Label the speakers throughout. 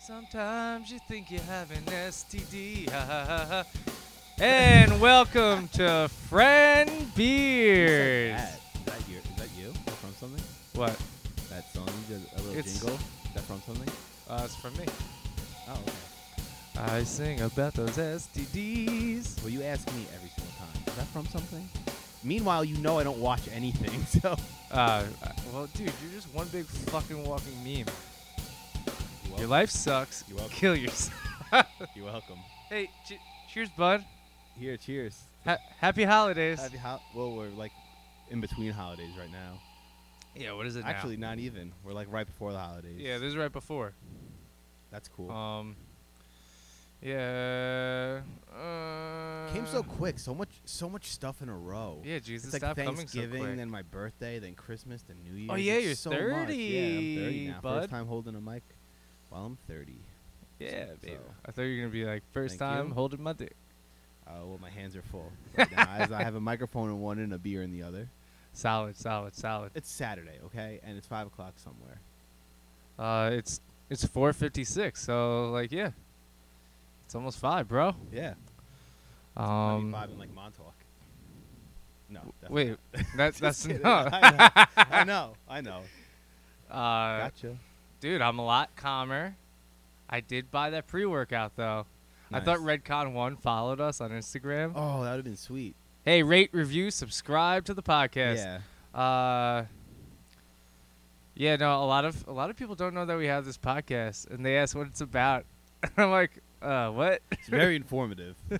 Speaker 1: Sometimes you think you have an STD. ha, ha, ha, ha. and welcome to Friend Beers.
Speaker 2: That, that your, is that you? Is that from something?
Speaker 1: What?
Speaker 2: That song you did, a little
Speaker 1: It's-
Speaker 2: jingle? Is that from something?
Speaker 1: Uh, it's from me.
Speaker 2: Oh, okay.
Speaker 1: I sing about those STDs.
Speaker 2: Well, you ask me every single time. Is that from something? Meanwhile, you know I don't watch anything, so.
Speaker 1: Uh, well, dude, you're just one big fucking walking meme. Your life sucks.
Speaker 2: You're welcome.
Speaker 1: Kill yourself.
Speaker 2: You're welcome.
Speaker 1: hey, che- cheers, bud.
Speaker 2: Here, cheers.
Speaker 1: Ha- happy holidays.
Speaker 2: Happy hol- well, we're like in between holidays right now.
Speaker 1: yeah, what is it now?
Speaker 2: Actually, not even. We're like right before the holidays.
Speaker 1: Yeah, this is right before.
Speaker 2: that's cool.
Speaker 1: Um. Yeah. Uh,
Speaker 2: Came so quick. So much, so much stuff in a row.
Speaker 1: Yeah, Jesus,
Speaker 2: It's like
Speaker 1: stop coming so
Speaker 2: Thanksgiving,
Speaker 1: quick.
Speaker 2: then my birthday, then Christmas, then New Year's.
Speaker 1: Oh, yeah,
Speaker 2: It's
Speaker 1: you're
Speaker 2: so much. Yeah, I'm
Speaker 1: 30,
Speaker 2: 30 now.
Speaker 1: bud.
Speaker 2: First time holding a mic while I'm 30.
Speaker 1: yeah, baby.
Speaker 2: so-
Speaker 1: I thought you were gonna be like first
Speaker 2: Thank
Speaker 1: time
Speaker 2: you.
Speaker 1: holding my dick.
Speaker 2: Oh, well, my hands are full. Right now, as I have a microphone in one and a beer in the other.
Speaker 1: Solid, solid, solid.
Speaker 2: It's Saturday, okay, and it's five o'clock somewhere.
Speaker 1: Uh, it's it's 4:56, so like yeah, it's almost five, bro.
Speaker 2: Yeah, I mean
Speaker 1: Um,
Speaker 2: five in like Montauk. No, that's
Speaker 1: wait, that, that's
Speaker 2: kidding.
Speaker 1: enough.
Speaker 2: I know, I know, I know.
Speaker 1: Uh,
Speaker 2: Gotcha.
Speaker 1: dude, I'm a lot calmer. I did buy that pre-workout though. I thought
Speaker 2: Nice.
Speaker 1: Redcon One followed us on Instagram.
Speaker 2: Oh, that would have been sweet.
Speaker 1: Hey, rate, review, subscribe to the podcast.
Speaker 2: Yeah.
Speaker 1: Uh, yeah, no, a lot of a lot of people don't know that we have this podcast, and they ask what it's about. And I'm like, uh, what?
Speaker 2: It's very informative.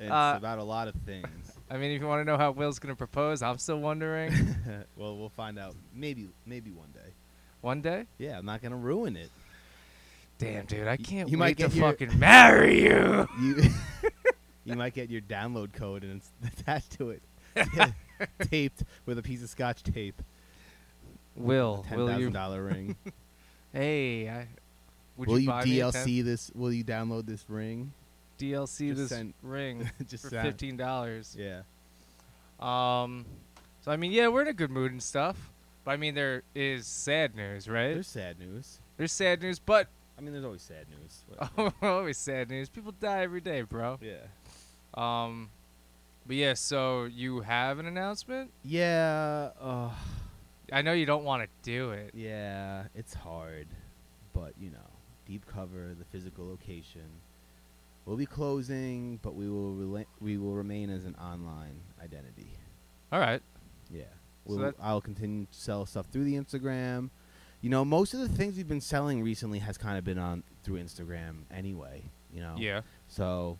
Speaker 2: It's
Speaker 1: Uh,
Speaker 2: about a lot of things.
Speaker 1: I mean, if you want to know how Will's gonna propose, I'm still wondering.
Speaker 2: well, we'll find out. Maybe, maybe one day.
Speaker 1: One day,
Speaker 2: Yeah, I'm not gonna ruin it.
Speaker 1: damn, dude, I can't
Speaker 2: you
Speaker 1: wait
Speaker 2: might
Speaker 1: to
Speaker 2: get your-
Speaker 1: fucking marry you.
Speaker 2: You, you might get your download code and it's attached to it, taped with a piece of scotch tape.
Speaker 1: Will,
Speaker 2: Ten
Speaker 1: will you?
Speaker 2: thousand dollar ring.
Speaker 1: Hey, I, would
Speaker 2: will you,
Speaker 1: buy me a ten-
Speaker 2: DLC this? Will you download this ring?
Speaker 1: DLC
Speaker 2: just
Speaker 1: this
Speaker 2: send-
Speaker 1: ring
Speaker 2: Just
Speaker 1: for
Speaker 2: sound-
Speaker 1: fifteen dollars?
Speaker 2: Yeah.
Speaker 1: Um, so I mean, yeah, we're in a good mood and stuff. But I mean, there is sad news, right?
Speaker 2: There's sad news.
Speaker 1: There's sad news, but
Speaker 2: I mean, there's always sad news. but-
Speaker 1: oh, always sad news. People die every day, bro.
Speaker 2: yeah.
Speaker 1: Um, but yeah, so you have an announcement.
Speaker 2: Yeah. Uh,
Speaker 1: I know you don't want to do it.
Speaker 2: yeah. It's hard, but you know, deep cover the physical location. We'll be closing, but we will rela- we will remain as an online identity.
Speaker 1: All right.
Speaker 2: Yeah.
Speaker 1: So
Speaker 2: We'll,
Speaker 1: that-
Speaker 2: I'll continue to sell stuff through the Instagram. You know, most of the things we've been selling recently has kind of been on through Instagram anyway, you know.
Speaker 1: Yeah.
Speaker 2: So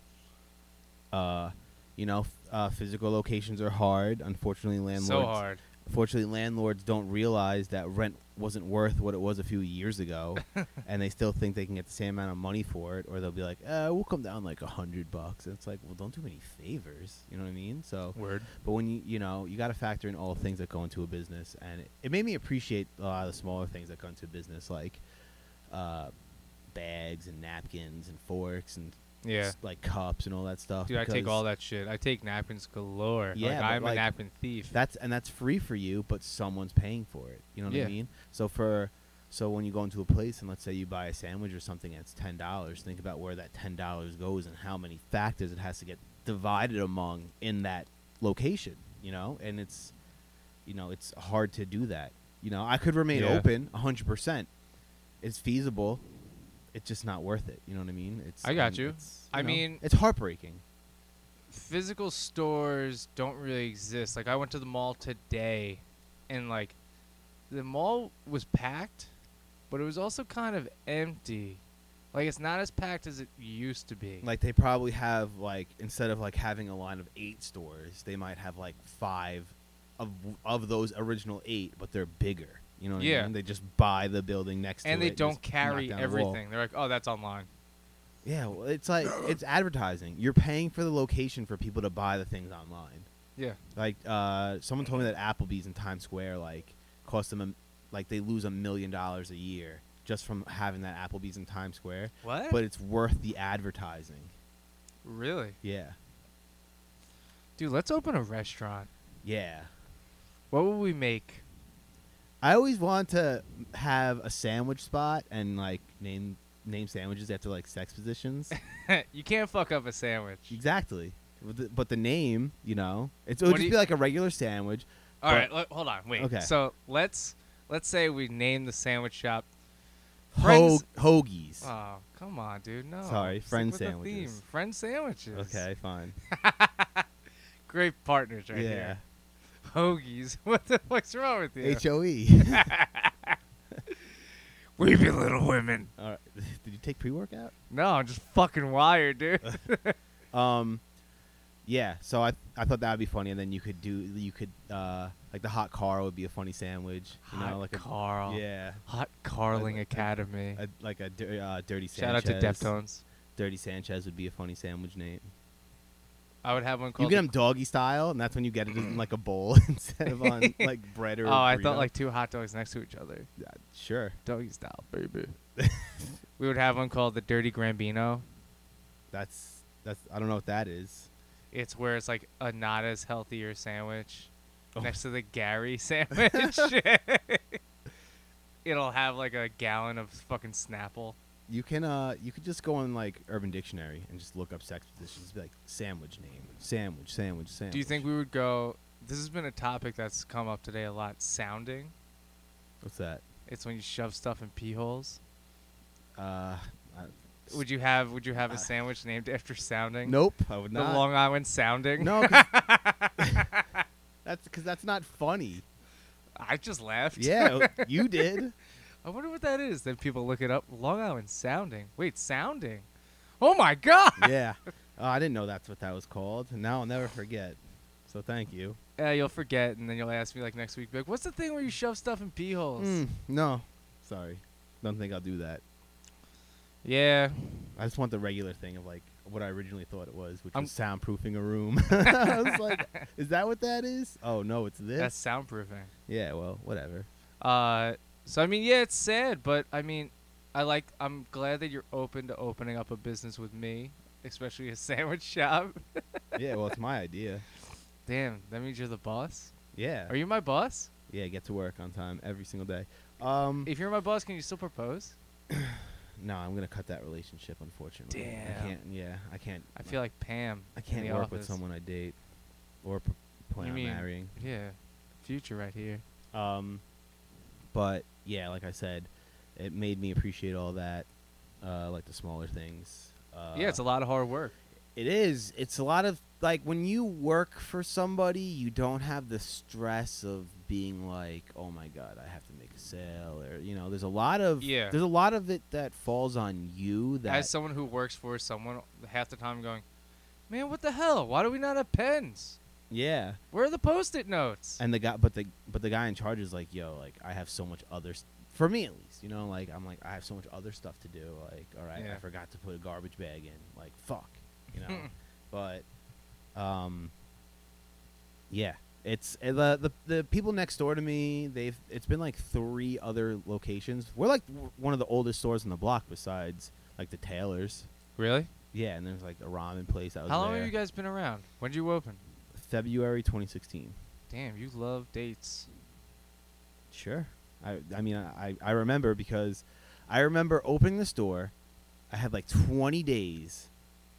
Speaker 2: uh you know, f- uh, physical locations are hard. Unfortunately, landlords
Speaker 1: So hard.
Speaker 2: Fortunately, landlords don't realize that rent wasn't worth what it was a few years ago, and they still think they can get the same amount of money for it, or they'll be like, uh, "We'll come down like a hundred bucks." And it's like, well, don't do any favors. You know what I mean? So
Speaker 1: Word.
Speaker 2: but when you you know you got to factor in all the things that go into a business, and it, it made me appreciate a lot of the smaller things that go into a business, like uh, bags and napkins and forks and
Speaker 1: Yeah.
Speaker 2: s- like cups and all that stuff.
Speaker 1: Dude, I take
Speaker 2: because
Speaker 1: all that shit. I take napkins galore.
Speaker 2: Yeah,
Speaker 1: like,
Speaker 2: but,
Speaker 1: I'm a
Speaker 2: like,
Speaker 1: napkin thief.
Speaker 2: That's and that's free for you, but someone's paying for it. You know what
Speaker 1: Yeah.
Speaker 2: I mean? So for so when you go into a place and let's say you buy a sandwich or something and it's ten dollars, think about where that ten dollars goes and how many factors it has to get divided among in that location. You know, and it's you know it's hard to do that. You know, I could remain
Speaker 1: Yeah.
Speaker 2: open hundred percent. It's feasible. It's just not worth it. You know what I mean? It's
Speaker 1: I got
Speaker 2: and
Speaker 1: you.
Speaker 2: it's,
Speaker 1: I
Speaker 2: know,
Speaker 1: mean-
Speaker 2: it's heartbreaking.
Speaker 1: Physical stores don't really exist. Like I went to the mall today, and like, the mall was packed, but it was also kind of empty. Like it's not as packed as it used to be.
Speaker 2: like they probably have like instead of like having a line of eight stores they might have like five of of those original eight but they're bigger you know what
Speaker 1: Yeah.
Speaker 2: I mean? they just buy the building next to
Speaker 1: and
Speaker 2: it
Speaker 1: they don't
Speaker 2: just knock
Speaker 1: carry
Speaker 2: down the wall.
Speaker 1: everything. They're like, oh, that's online.
Speaker 2: yeah well, it's like it's advertising you're paying for the location for people to buy the things online
Speaker 1: Yeah.
Speaker 2: like uh someone told me that applebee's in times square like cost them a, like they lose a million dollars a year just from having that applebee's in times square
Speaker 1: What?
Speaker 2: but it's worth the advertising
Speaker 1: really,
Speaker 2: yeah
Speaker 1: dude, let's open a restaurant.
Speaker 2: yeah
Speaker 1: What would we make?
Speaker 2: I always want to have a sandwich spot and like name name sandwiches after like sex positions.
Speaker 1: you can't fuck up a sandwich.
Speaker 2: exactly. But the, but the name, you know, it's, it would
Speaker 1: What do
Speaker 2: just
Speaker 1: you-
Speaker 2: be like a regular sandwich.
Speaker 1: All
Speaker 2: but-
Speaker 1: right, le- hold on, wait.
Speaker 2: Okay.
Speaker 1: So let's let's say we name the sandwich shop.
Speaker 2: Ho-
Speaker 1: Friends-
Speaker 2: hoagies.
Speaker 1: Oh, come on, dude. No.
Speaker 2: Sorry,
Speaker 1: Stick
Speaker 2: friend
Speaker 1: with the theme.
Speaker 2: sandwiches.
Speaker 1: Friend sandwiches.
Speaker 2: okay, fine.
Speaker 1: Great partners right
Speaker 2: yeah.
Speaker 1: here. Hoagies. What the fuck's wrong with you?
Speaker 2: H O E.
Speaker 1: we be little women.
Speaker 2: All right. Did you take pre workout?
Speaker 1: No, I'm just fucking wired, dude.
Speaker 2: Um, yeah. So I I thought that would be funny, and then you could do you could uh like the hot car would be a funny sandwich. You
Speaker 1: Hot
Speaker 2: know, like
Speaker 1: Carl.
Speaker 2: a yeah,
Speaker 1: Hot Carling
Speaker 2: I- I-
Speaker 1: Academy.
Speaker 2: a, like a dir- uh, dirty
Speaker 1: Shout out
Speaker 2: Sanchez.
Speaker 1: to Deftones.
Speaker 2: Dirty Sanchez would be a funny sandwich name.
Speaker 1: I would have one
Speaker 2: You
Speaker 1: called.
Speaker 2: get them doggy style, and that's when you get it in like a bowl instead of on like bread or.
Speaker 1: oh, I
Speaker 2: burrito.
Speaker 1: thought like two hot dogs next to each other.
Speaker 2: Uh, sure,
Speaker 1: Doggy style, baby. we would have one called the Dirty Grambino.
Speaker 2: that's that's I don't know what that is.
Speaker 1: It's where it's like a not as healthier sandwich
Speaker 2: Oh.
Speaker 1: next to the Gary sandwich. It'll have like a gallon of fucking Snapple.
Speaker 2: You can uh you could just go on like Urban Dictionary and just look up sex positions, be like sandwich name, sandwich, sandwich, sandwich.
Speaker 1: Do you think we would go? This has been a topic that's come up today a lot. Sounding.
Speaker 2: what's that?
Speaker 1: It's when you shove stuff in pee holes.
Speaker 2: Uh,
Speaker 1: Would you have? Would you have
Speaker 2: Uh,
Speaker 1: a sandwich named after sounding?
Speaker 2: nope, I would
Speaker 1: The
Speaker 2: not.
Speaker 1: Long Island Sounding.
Speaker 2: no, 'cause- that's because that's not funny.
Speaker 1: I just laughed.
Speaker 2: Yeah, you did.
Speaker 1: I wonder what that is. Then people look it up. Long Island Sounding. Wait, Sounding. Oh my God.
Speaker 2: Yeah, oh, I didn't know that's what that was called. and Now I'll never forget. So thank you.
Speaker 1: Yeah, you'll forget, and then you'll ask me like next week, be like, "What's the thing where you shove stuff in pee holes?"
Speaker 2: Mm, no, sorry, don't think I'll do that.
Speaker 1: Yeah.
Speaker 2: I just want the regular thing of like what I originally thought it was, which
Speaker 1: I'm-
Speaker 2: was soundproofing a room. I was like, is that what that is? Oh no, it's this.
Speaker 1: That's soundproofing.
Speaker 2: yeah, well, whatever.
Speaker 1: Uh, so I mean, yeah, it's sad, but I mean, I like. I'm glad that you're open to opening up a business with me, especially a sandwich shop.
Speaker 2: Yeah, well, it's my idea.
Speaker 1: Damn, that means you're the boss.
Speaker 2: Yeah,
Speaker 1: Are you my boss?
Speaker 2: yeah, get to work on time every single day. Um,
Speaker 1: If you're my boss, can you still propose?
Speaker 2: no, I'm gonna cut that relationship. Unfortunately, I
Speaker 1: Damn.
Speaker 2: can't. Yeah, I can't.
Speaker 1: I feel like Pam.
Speaker 2: I
Speaker 1: in
Speaker 2: can't
Speaker 1: the
Speaker 2: work
Speaker 1: office.
Speaker 2: with someone I date or p- plan
Speaker 1: You
Speaker 2: on
Speaker 1: mean-
Speaker 2: marrying.
Speaker 1: Yeah, future right here.
Speaker 2: Um, but yeah, like I said, it made me appreciate all that, uh, like the smaller things. Uh,
Speaker 1: yeah, it's a lot of hard work.
Speaker 2: It is. It's a lot of like when you work for somebody, you don't have the stress of being like, "Oh my god, I have to make a sale," or you know, there's a lot of
Speaker 1: Yeah.
Speaker 2: There's a lot of it that falls on you. That
Speaker 1: As someone who works for someone half the time, going, man, what the hell? Why do we not have pens?
Speaker 2: yeah,
Speaker 1: Where are the post-it notes?
Speaker 2: and the guy, but the but the guy in charge is like, "Yo, like I have so much other." s for me at least, you know, like I'm like I have so much other stuff to do. Like, all right, I
Speaker 1: Yeah.
Speaker 2: forgot to put a garbage bag in. Like, fuck, you know. but um yeah it's uh, the, the the people next door to me they've it's been like three other locations we're like w- one of the oldest stores on the block besides like the tailors
Speaker 1: really?
Speaker 2: yeah and there's like a ramen place that was
Speaker 1: How long
Speaker 2: there.
Speaker 1: have you guys been around? When did you open?
Speaker 2: february 2016
Speaker 1: Damn, you love dates.
Speaker 2: sure i i mean i i remember because i remember opening the store i had like 20 days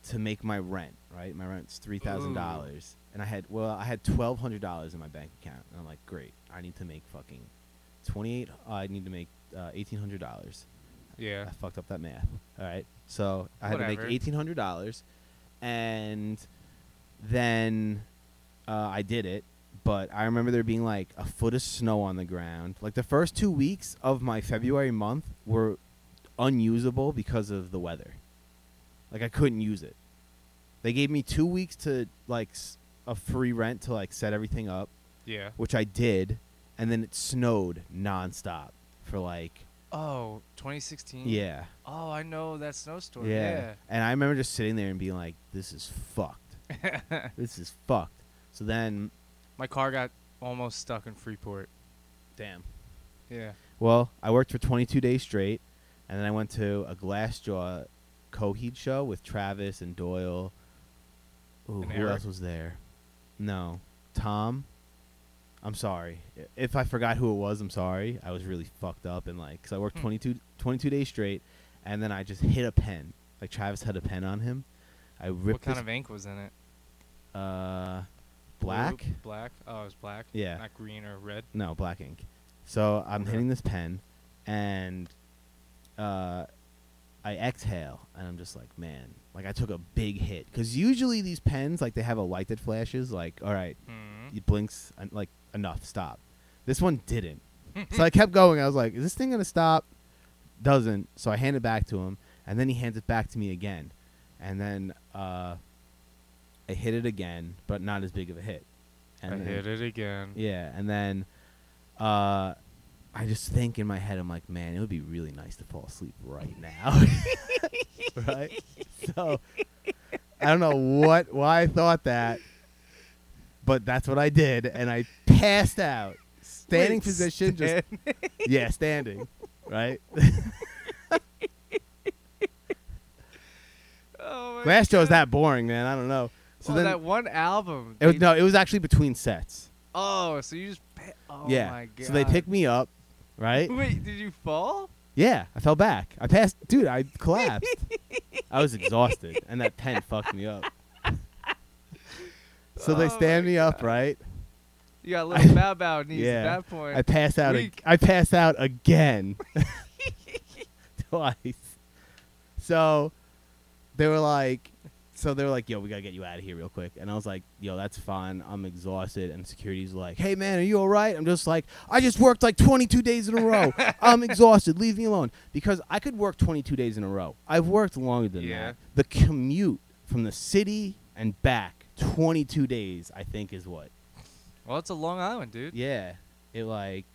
Speaker 2: to make my rent right my rent's $3000 and i had well i had $1200 in my bank account and i'm like great i need to make fucking 28 i need to make uh, $1800
Speaker 1: Yeah.
Speaker 2: I fucked up that math. All right. So I had to
Speaker 1: Whatever.
Speaker 2: make eighteen hundred dollars, and then uh, I did it. But I remember there being like a foot of snow on the ground. Like the first two weeks of my February month were unusable because of the weather. Like I couldn't use it. They gave me two weeks to like s- a free rent to like set everything up
Speaker 1: Yeah.
Speaker 2: which I did, and then it snowed nonstop for like
Speaker 1: Oh, 2016?
Speaker 2: yeah,
Speaker 1: Oh, I know that snow story.
Speaker 2: yeah.
Speaker 1: Yeah.
Speaker 2: And I remember just sitting there and being like, "This is fucked. this is fucked." So then,
Speaker 1: My car got almost stuck in Freeport.
Speaker 2: damn.
Speaker 1: Yeah.
Speaker 2: Well, I worked for 22 days straight, and then I went to a Glassjaw Coheed show with Travis and Doyle. Ooh,
Speaker 1: And
Speaker 2: who
Speaker 1: Eric?
Speaker 2: else was there? No, Tom. I'm sorry I- if I forgot who it was. I'm sorry. I was really fucked up and like, cause I worked
Speaker 1: Hmm.
Speaker 2: 22 22 days straight, and then I just hit a pen. Like Travis had a pen on him. I
Speaker 1: What
Speaker 2: ripped
Speaker 1: kind of ink was in it?
Speaker 2: of uh,
Speaker 1: Blue?
Speaker 2: black.
Speaker 1: Black. Oh, it was black.
Speaker 2: Yeah.
Speaker 1: Not green or red.
Speaker 2: No, black ink. So I'm
Speaker 1: Okay.
Speaker 2: hitting this pen, and uh, I exhale, and I'm just like, man, like I took a big hit. Because usually these pens, like they have a light that flashes, like, all right,
Speaker 1: Mhm.
Speaker 2: it blinks, and like enough, stop. This one didn't.
Speaker 1: Mm-hmm.
Speaker 2: so I kept going. I was like, is this thing gonna stop? Doesn't. So I hand it back to him, and then he hands it back to me again, and then uh, I hit it again, but not as big of a hit. And
Speaker 1: I
Speaker 2: then-
Speaker 1: hit it again.
Speaker 2: yeah, and then uh I just think in my head I'm like, man, it would be really nice to fall asleep right now. right? So I don't know what why I thought that, but that's what I did and I passed out. Standing
Speaker 1: Wait,
Speaker 2: position
Speaker 1: stand-
Speaker 2: just yeah, standing, right?
Speaker 1: Oh my
Speaker 2: Last show's
Speaker 1: God.
Speaker 2: that boring, man. I don't know. So
Speaker 1: oh,
Speaker 2: then
Speaker 1: that one album.
Speaker 2: it was,
Speaker 1: they-
Speaker 2: no, it was actually between sets.
Speaker 1: Oh, so you just. Pa- oh
Speaker 2: yeah.
Speaker 1: my god.
Speaker 2: So they picked me up, right?
Speaker 1: Wait, did you fall?
Speaker 2: Yeah, I fell back. I passed, dude. I collapsed. I was exhausted, and that pen fucked me up. So they
Speaker 1: Oh
Speaker 2: stand
Speaker 1: my
Speaker 2: me up, right?
Speaker 1: You got little bow bow knees at
Speaker 2: Yeah.
Speaker 1: that point.
Speaker 2: I pass out.
Speaker 1: Weak.
Speaker 2: Ag- I pass out again, twice. So they were like, so they were like, yo, we gotta get you out of here real quick. And I was like, yo, that's fine. I'm exhausted. And security's like, hey man, are you all right? I'm just like, I just worked like 22 days in a row. I'm exhausted. Leave me alone because I could work 22 days in a row. I've worked longer than
Speaker 1: Yeah.
Speaker 2: that. The commute from the city and back, 22 days, I think, is what
Speaker 1: well, it's a Long Island, dude.
Speaker 2: yeah, it like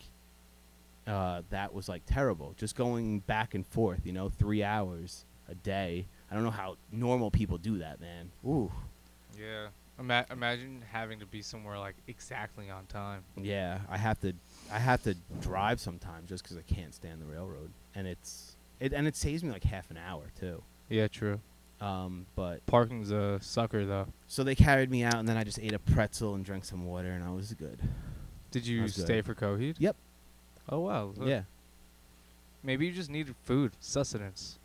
Speaker 2: uh, that was like terrible. Just going back and forth, you know, three hours a day. I don't know how normal people do that, man. Ooh,
Speaker 1: Yeah. Ima- imagine having to be somewhere like exactly on time.
Speaker 2: yeah. I have to, I have to drive sometimes just 'cause I can't stand the railroad, and it's it and it saves me like half an hour too.
Speaker 1: Yeah, true.
Speaker 2: Um, but
Speaker 1: Parking's a sucker, though.
Speaker 2: so they carried me out, and then I just ate a pretzel and drank some water, and I was good.
Speaker 1: Did you
Speaker 2: That's good.
Speaker 1: stay for Coheed?
Speaker 2: Yep.
Speaker 1: Oh wow. Look,
Speaker 2: Yeah.
Speaker 1: Maybe you just needed food, sustenance.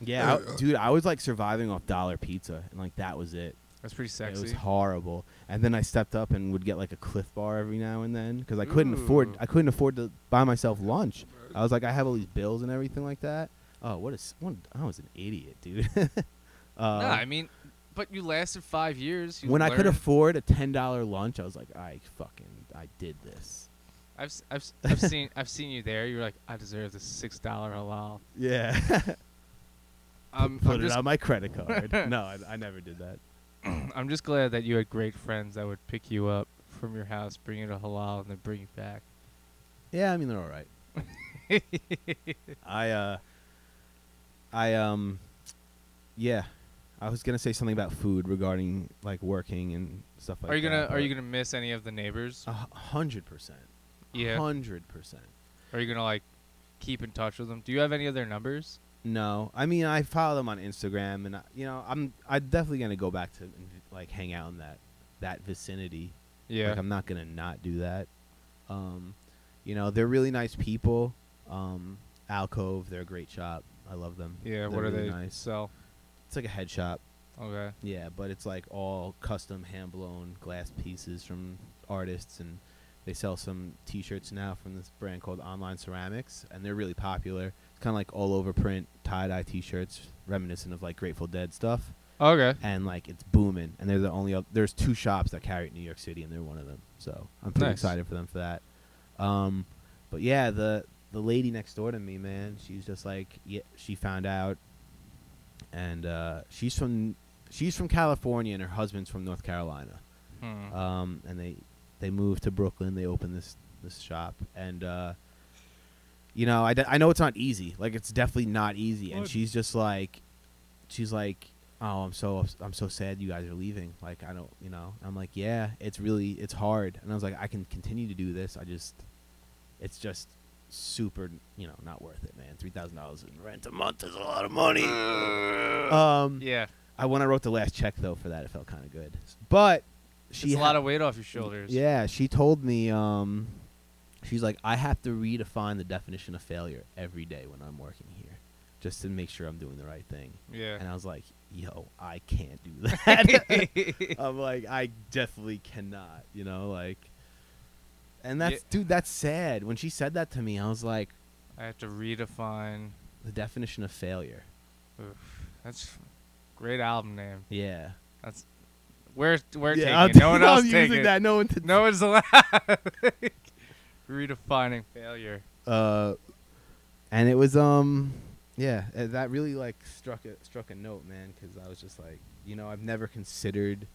Speaker 2: Yeah, I- dude, I was like surviving off dollar pizza, and like that was it.
Speaker 1: That's pretty sexy.
Speaker 2: It was horrible. And then I stepped up and would get like a Cliff Bar every now and then because I couldn't
Speaker 1: Ooh.
Speaker 2: afford I couldn't afford to buy myself lunch. I was like, I have all these bills and everything like that. Oh, what is one? I was an idiot, dude. uh,
Speaker 1: nah, I mean, but you lasted five years. You
Speaker 2: when I could
Speaker 1: learned.
Speaker 2: afford a ten dollar lunch, I was like, I fucking I did this.
Speaker 1: I've, s- I've, s- I've seen I've seen you there. You're like, I deserve this six dollar halal.
Speaker 2: Yeah,
Speaker 1: I'm,
Speaker 2: put
Speaker 1: I'm
Speaker 2: it
Speaker 1: just
Speaker 2: on my credit card. no, I, I never did that.
Speaker 1: I'm just glad that you had great friends that would pick you up from your house, bring you to halal, and then bring you back.
Speaker 2: Yeah, I mean they're all right. I uh I um yeah. I was gonna say something about food regarding like working and stuff like that.
Speaker 1: are you gonna Are you gonna miss any of the neighbors?
Speaker 2: gonna a hundred percent.
Speaker 1: yeah.
Speaker 2: Hundred percent.
Speaker 1: Are you gonna like keep in touch with them? Do you have any of their numbers?
Speaker 2: No. I mean I follow them on Instagram and I, you know, I'm I'm definitely gonna go back to and, like hang out in that that vicinity.
Speaker 1: Yeah.
Speaker 2: Like I'm not gonna not do that. Um, you know, they're really nice people. Um, Alcove, they're a great shop. I love them.
Speaker 1: yeah.
Speaker 2: They're
Speaker 1: What are they
Speaker 2: really Nice.
Speaker 1: sell?
Speaker 2: It's like a head shop.
Speaker 1: Okay.
Speaker 2: Yeah, but it's like all custom hand blown glass pieces from artists and they sell some t-shirts now from this brand called Online Ceramics and they're really popular. It's kind of like all over print tie-dye t-shirts reminiscent of like Grateful Dead stuff
Speaker 1: Okay.
Speaker 2: and like it's booming and they're the only oth- there's two shops that carry it in New York City and they're one of them. So, I'm pretty
Speaker 1: Nice.
Speaker 2: excited for them for that. Um but yeah, the the lady next door to me, man, she's just like yeah, she found out and uh she's from she's from California and her husband's from North Carolina.
Speaker 1: Hmm.
Speaker 2: Um, and they they moved to Brooklyn. They opened this this shop, and uh, you know, I, de- I know it's not easy. Like it's definitely not easy. And
Speaker 1: What?
Speaker 2: she's just like, she's like, oh, I'm so ups- I'm so sad you guys are leaving. Like I don't, you know. I'm like, yeah, it's really it's hard. And I was like, I can continue to do this. I just, it's just super, you know, not worth it, man. Three thousand dollars in rent a month is a lot of money. um,
Speaker 1: Uh, yeah.
Speaker 2: I when I wrote the last check though for that, it felt kind of good. But she
Speaker 1: It's a
Speaker 2: ha-
Speaker 1: lot of weight off your shoulders.
Speaker 2: Yeah, she told me. Um, she's like, I have to redefine the definition of failure every day when I'm working here, just to make sure I'm doing the right thing.
Speaker 1: Yeah.
Speaker 2: And I was like, yo, I can't do that. I'm like, I definitely cannot, you know, like and that's dude, that's sad. When she said that to me, I was like,
Speaker 1: I have to redefine.
Speaker 2: the definition of failure.
Speaker 1: Oof, that's great album name.
Speaker 2: Yeah.
Speaker 1: We're we're
Speaker 2: I'm-
Speaker 1: taking it. No one
Speaker 2: I'm
Speaker 1: else
Speaker 2: using
Speaker 1: taking it.
Speaker 2: that. No one t-
Speaker 1: No one's allowed. Redefining failure.
Speaker 2: uh and it was um yeah, uh, that really like struck a struck a note, man, cuz I was just like, you know, I've never considered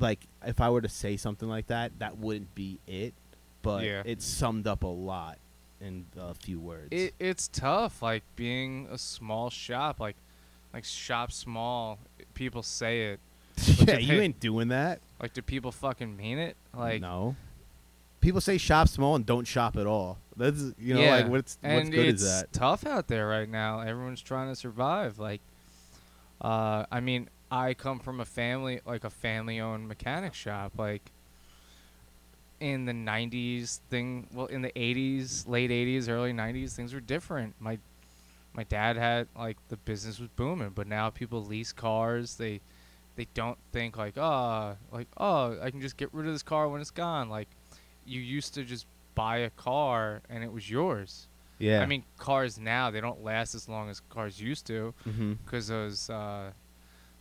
Speaker 2: like if I were to say something like that, that wouldn't be it, but
Speaker 1: Yeah.
Speaker 2: it summed up a lot in a few words.
Speaker 1: It it's tough, like being a small shop, like like shop small. People say it.
Speaker 2: yeah,
Speaker 1: is
Speaker 2: you
Speaker 1: hit.
Speaker 2: ain't doing that.
Speaker 1: Like, do people fucking mean it? Like,
Speaker 2: no. People say shop small and don't shop at all. That's you know
Speaker 1: yeah.
Speaker 2: like what's what's
Speaker 1: and
Speaker 2: good
Speaker 1: it's
Speaker 2: is that?
Speaker 1: tough out there right now. Everyone's trying to survive. Like, uh, I mean, I come from a family, like a family-owned mechanic shop. Like, in the '90s, thing, well, in the '80s, late '80s, early '90s, things were different. My my dad had like the business was booming, but now people lease cars. They they don't think like, oh, like oh, I can just get rid of this car when it's gone. Like, you used to just buy a car and it was yours.
Speaker 2: Yeah.
Speaker 1: I mean, cars now they don't last as long as cars used to
Speaker 2: mm-hmm.
Speaker 1: because those uh,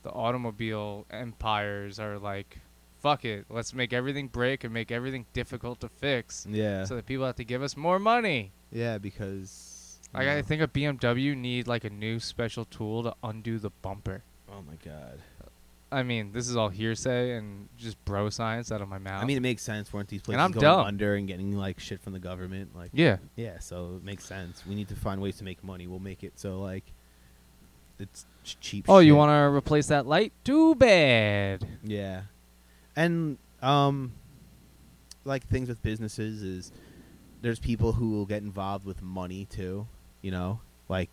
Speaker 1: the automobile empires are like, fuck it, let's make everything break and make everything difficult to fix,
Speaker 2: Yeah.
Speaker 1: so that people have to give us more money.
Speaker 2: yeah, because
Speaker 1: Like I think a BMW need like a new special tool to undo the bumper.
Speaker 2: Oh my god.
Speaker 1: I mean, this is all hearsay and just bro science out of my mouth.
Speaker 2: I mean, it makes sense. Weren't these places
Speaker 1: I'm
Speaker 2: going
Speaker 1: dumb.
Speaker 2: under and getting like shit from the government? Like,
Speaker 1: yeah,
Speaker 2: yeah, so it makes sense. We need to find ways to make money. We'll make it so like it's ch- cheap.
Speaker 1: Oh, you
Speaker 2: shit.
Speaker 1: want to replace that light? Too bad.
Speaker 2: Yeah, and um, like things with businesses is there's people who will get involved with money too. You know, like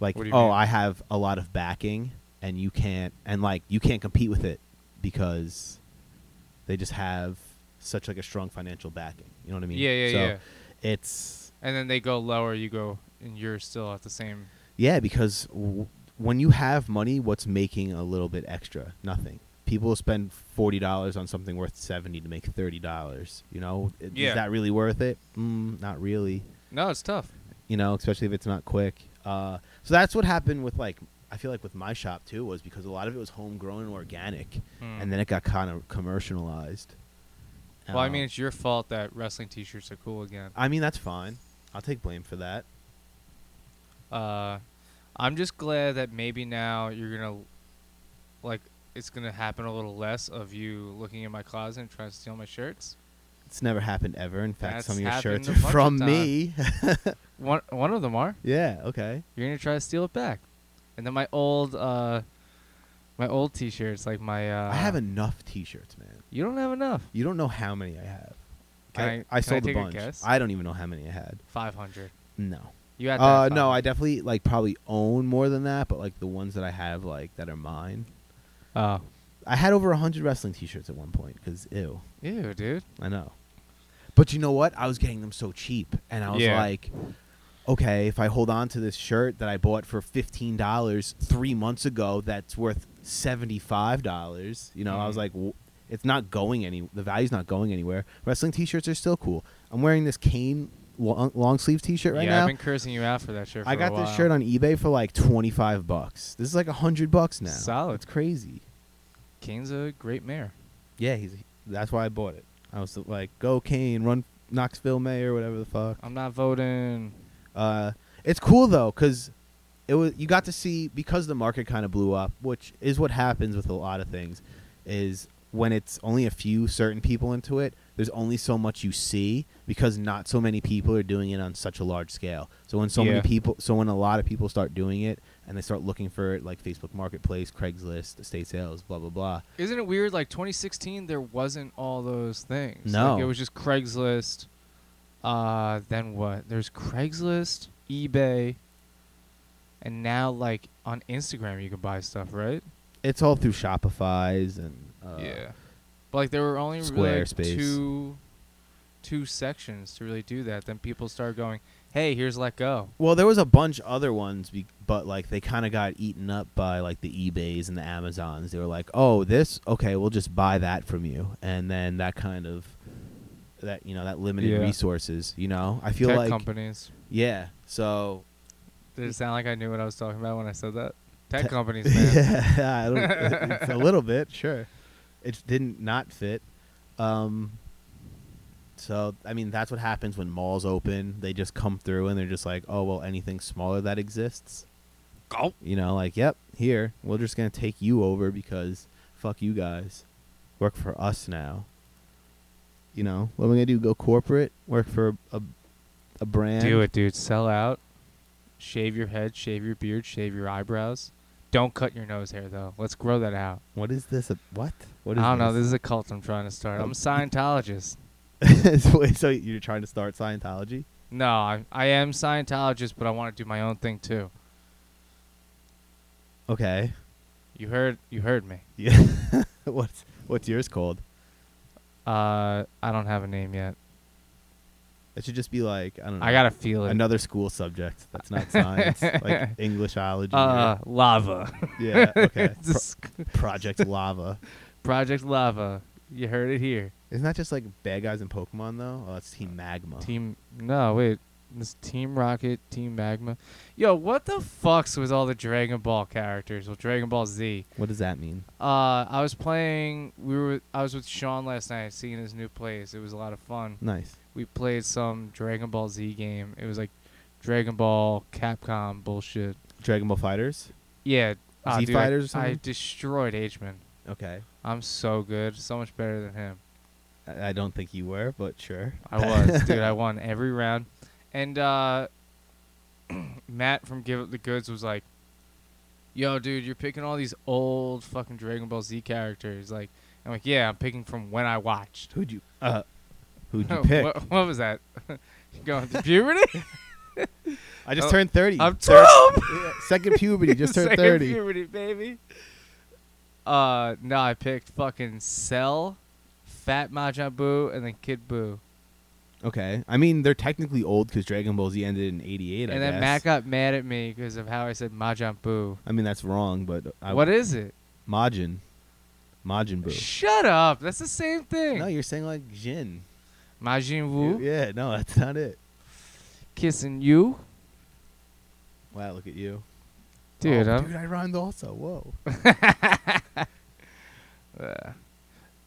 Speaker 2: like oh,
Speaker 1: What do you mean?
Speaker 2: I have a lot of backing, and you can't, and like you can't compete with it because they just have such like a strong financial backing. You know what I mean?
Speaker 1: yeah, yeah,
Speaker 2: so
Speaker 1: yeah.
Speaker 2: It's
Speaker 1: And then they go lower, you go, and you're still at the same.
Speaker 2: Yeah, because w- when you have money, what's making a little bit extra? Nothing. People spend forty dollars on something worth seventy to make thirty dollars. You know, I-
Speaker 1: Yeah.
Speaker 2: is that really worth it? Mm, not really.
Speaker 1: No, it's tough.
Speaker 2: You know, especially if it's not quick. Uh, so that's what happened with like I feel like with my shop too was because a lot of it was homegrown and organic,
Speaker 1: Mm.
Speaker 2: and then it got kind of commercialized.
Speaker 1: well, I mean,
Speaker 2: Um,
Speaker 1: it's your fault that wrestling t-shirts are cool again.
Speaker 2: I mean that's fine. I'll take blame for that.
Speaker 1: Uh, I'm just glad that maybe now you're gonna, like, it's gonna happen a little less of you looking in my closet and trying to steal my shirts.
Speaker 2: It's never happened ever. In fact,
Speaker 1: That's
Speaker 2: some of your
Speaker 1: happened
Speaker 2: shirts
Speaker 1: a
Speaker 2: are
Speaker 1: bunch of
Speaker 2: from me.
Speaker 1: One, one of them are.
Speaker 2: yeah. Okay.
Speaker 1: You're gonna try to steal it back, and then my old, uh, my old t-shirts, like my. Uh,
Speaker 2: I have enough T-shirts, man.
Speaker 1: You don't have enough.
Speaker 2: You don't know how many I have.
Speaker 1: Can I- can I
Speaker 2: sold
Speaker 1: take
Speaker 2: a
Speaker 1: a
Speaker 2: bunch.
Speaker 1: guess?
Speaker 2: I don't even know how many I had.
Speaker 1: Five hundred.
Speaker 2: No.
Speaker 1: You had.
Speaker 2: Uh,
Speaker 1: that
Speaker 2: no, I
Speaker 1: five.
Speaker 2: definitely like probably own more than that, but like the ones that I have like that are mine.
Speaker 1: Oh,
Speaker 2: I had over hundred wrestling T-shirts at one point because ew,
Speaker 1: ew, dude.
Speaker 2: I know. But you know what? I was getting them so cheap, and I was
Speaker 1: Yeah.
Speaker 2: like, okay, if I hold on to this shirt that I bought for fifteen dollars three months ago, that's worth seventy five dollars. You know, I was
Speaker 1: Mhm.
Speaker 2: like, w- it's not going any. The value's not going anywhere. Wrestling T-shirts are still cool. I'm wearing this cane long, long sleeve T-shirt right
Speaker 1: yeah,
Speaker 2: now.
Speaker 1: I've been cursing you out for that shirt. For
Speaker 2: I got this shirt on eBay for like twenty five bucks. This is like hundred bucks now.
Speaker 1: Solid.
Speaker 2: It's crazy.
Speaker 1: Kane's a great mayor.
Speaker 2: Yeah, he's. That's why I bought it. I was like, go Kane, run Knoxville Mayor, whatever the fuck.
Speaker 1: I'm not voting.
Speaker 2: Uh, it's cool though, cause it was you got to see because the market kind of blew up, which is what happens with a lot of things. Is when it's only a few certain people into it, there's only so much you see because not so many people are doing it on such a large scale. So when so
Speaker 1: Yeah.
Speaker 2: many people, so when a lot of people start doing it and they start looking for it, like Facebook Marketplace, Craigslist, estate sales, blah blah blah.
Speaker 1: Isn't it weird? Like 2016, there wasn't all those things.
Speaker 2: No.
Speaker 1: like, it was just Craigslist. Uh, then what? There's Craigslist, eBay, and now like on Instagram you can buy stuff, right?
Speaker 2: It's all through Shopify's and uh,
Speaker 1: But like there were only really like,
Speaker 2: Squarespace.
Speaker 1: two two sections to really do that. Then people start going, "Hey, here's Let Go."
Speaker 2: Well, there was a bunch other ones, be- but like they kind of got eaten up by like the eBays and the Amazons. They were like, "Oh, this okay, we'll just buy that from you," and then that kind of that you know that limited
Speaker 1: Yeah.
Speaker 2: resources. You know, I feel
Speaker 1: Tech
Speaker 2: like
Speaker 1: companies.
Speaker 2: yeah. So
Speaker 1: Did it sound like I knew what I was talking about when I said that? Tech
Speaker 2: Tech-
Speaker 1: companies, man.
Speaker 2: yeah, I don't- it's a little bit sure. It didn't not fit. Um, so I mean, that's what happens when malls open. They just come through and they're just like, "Oh well, anything smaller that exists."
Speaker 1: Go.
Speaker 2: You know, like, yep, here. We're just gonna take you over because fuck you guys. Work for us now. You know, what am I gonna do? Go corporate? Work for a a brand?
Speaker 1: Do it, dude. Sell out. Shave your head, shave your beard, shave your eyebrows. Don't cut your nose hair though. Let's grow that out.
Speaker 2: What is this? A, what? What
Speaker 1: I don't know. This is a cult I'm trying to start. I'm a Scientologist.
Speaker 2: this? so, wait, so you're trying to start Scientology?
Speaker 1: No, I, I am Scientologist, but I want to do my own thing too.
Speaker 2: Okay.
Speaker 1: You heard, you heard me.
Speaker 2: Yeah. what's what's yours called?
Speaker 1: Uh, I don't have a name yet.
Speaker 2: It should just be like I don't know.
Speaker 1: I gotta feel it.
Speaker 2: Hmm. another school subject that's not science, like Englishology. or-
Speaker 1: Uh, lava.
Speaker 2: yeah. Okay.
Speaker 1: It's a sc-
Speaker 2: Pro- Project Lava.
Speaker 1: Project Lava. You heard it here.
Speaker 2: Isn't that just like bad guys in Pokemon though? Oh, that's Team Magma.
Speaker 1: Team. No, wait. This Team Rocket, Team Magma. Yo, what the fucks with all the Dragon Ball characters? Well, Dragon Ball Z.
Speaker 2: what does that mean?
Speaker 1: Uh, I was playing. We were. I was with Sean last night, seeing his new place. It was a lot of fun.
Speaker 2: Nice.
Speaker 1: We played some Dragon Ball Z game. It was like Dragon Ball Capcom bullshit.
Speaker 2: Dragon Ball Fighters.
Speaker 1: Yeah. ah,
Speaker 2: Z
Speaker 1: dude, I-
Speaker 2: Fighters or
Speaker 1: I
Speaker 2: something?
Speaker 1: destroyed H-Man.
Speaker 2: Okay.
Speaker 1: I'm so good. So much better than him.
Speaker 2: I, I don't think you were, but sure.
Speaker 1: I was, dude. I won every round. And uh, Matt from Give Up the Goods was like, "Yo, dude, you're picking all these old fucking Dragon Ball Z characters." Like, I'm like, "Yeah, I'm picking from when I watched."
Speaker 2: Who'd you? Uh, who'd you pick?
Speaker 1: what, what was that? You going through puberty?
Speaker 2: I just
Speaker 1: Oh,
Speaker 2: turned thirty.
Speaker 1: I'm
Speaker 2: Thir-
Speaker 1: twelve.
Speaker 2: yeah, second puberty. Just turned
Speaker 1: Second
Speaker 2: thirty.
Speaker 1: puberty, baby. Uh, no, I picked fucking Cell, Fat Majin Buu, and then Kid Buu.
Speaker 2: okay. I mean, they're technically old because Dragon Ball Z ended in '88. I
Speaker 1: and then
Speaker 2: guess.
Speaker 1: Matt got mad at me because of how I said Majin Buu.
Speaker 2: I mean, that's wrong, but I,
Speaker 1: what is it?
Speaker 2: Majin? Majin Buu.
Speaker 1: Shut up. That's the same thing.
Speaker 2: No, you're saying like Jin.
Speaker 1: Majin Wu
Speaker 2: Yeah. No, that's not it.
Speaker 1: kissing you.
Speaker 2: Wow, look at you,
Speaker 1: Dude, um,
Speaker 2: Oh,
Speaker 1: I'm-
Speaker 2: dude, I rhymed also. Whoa.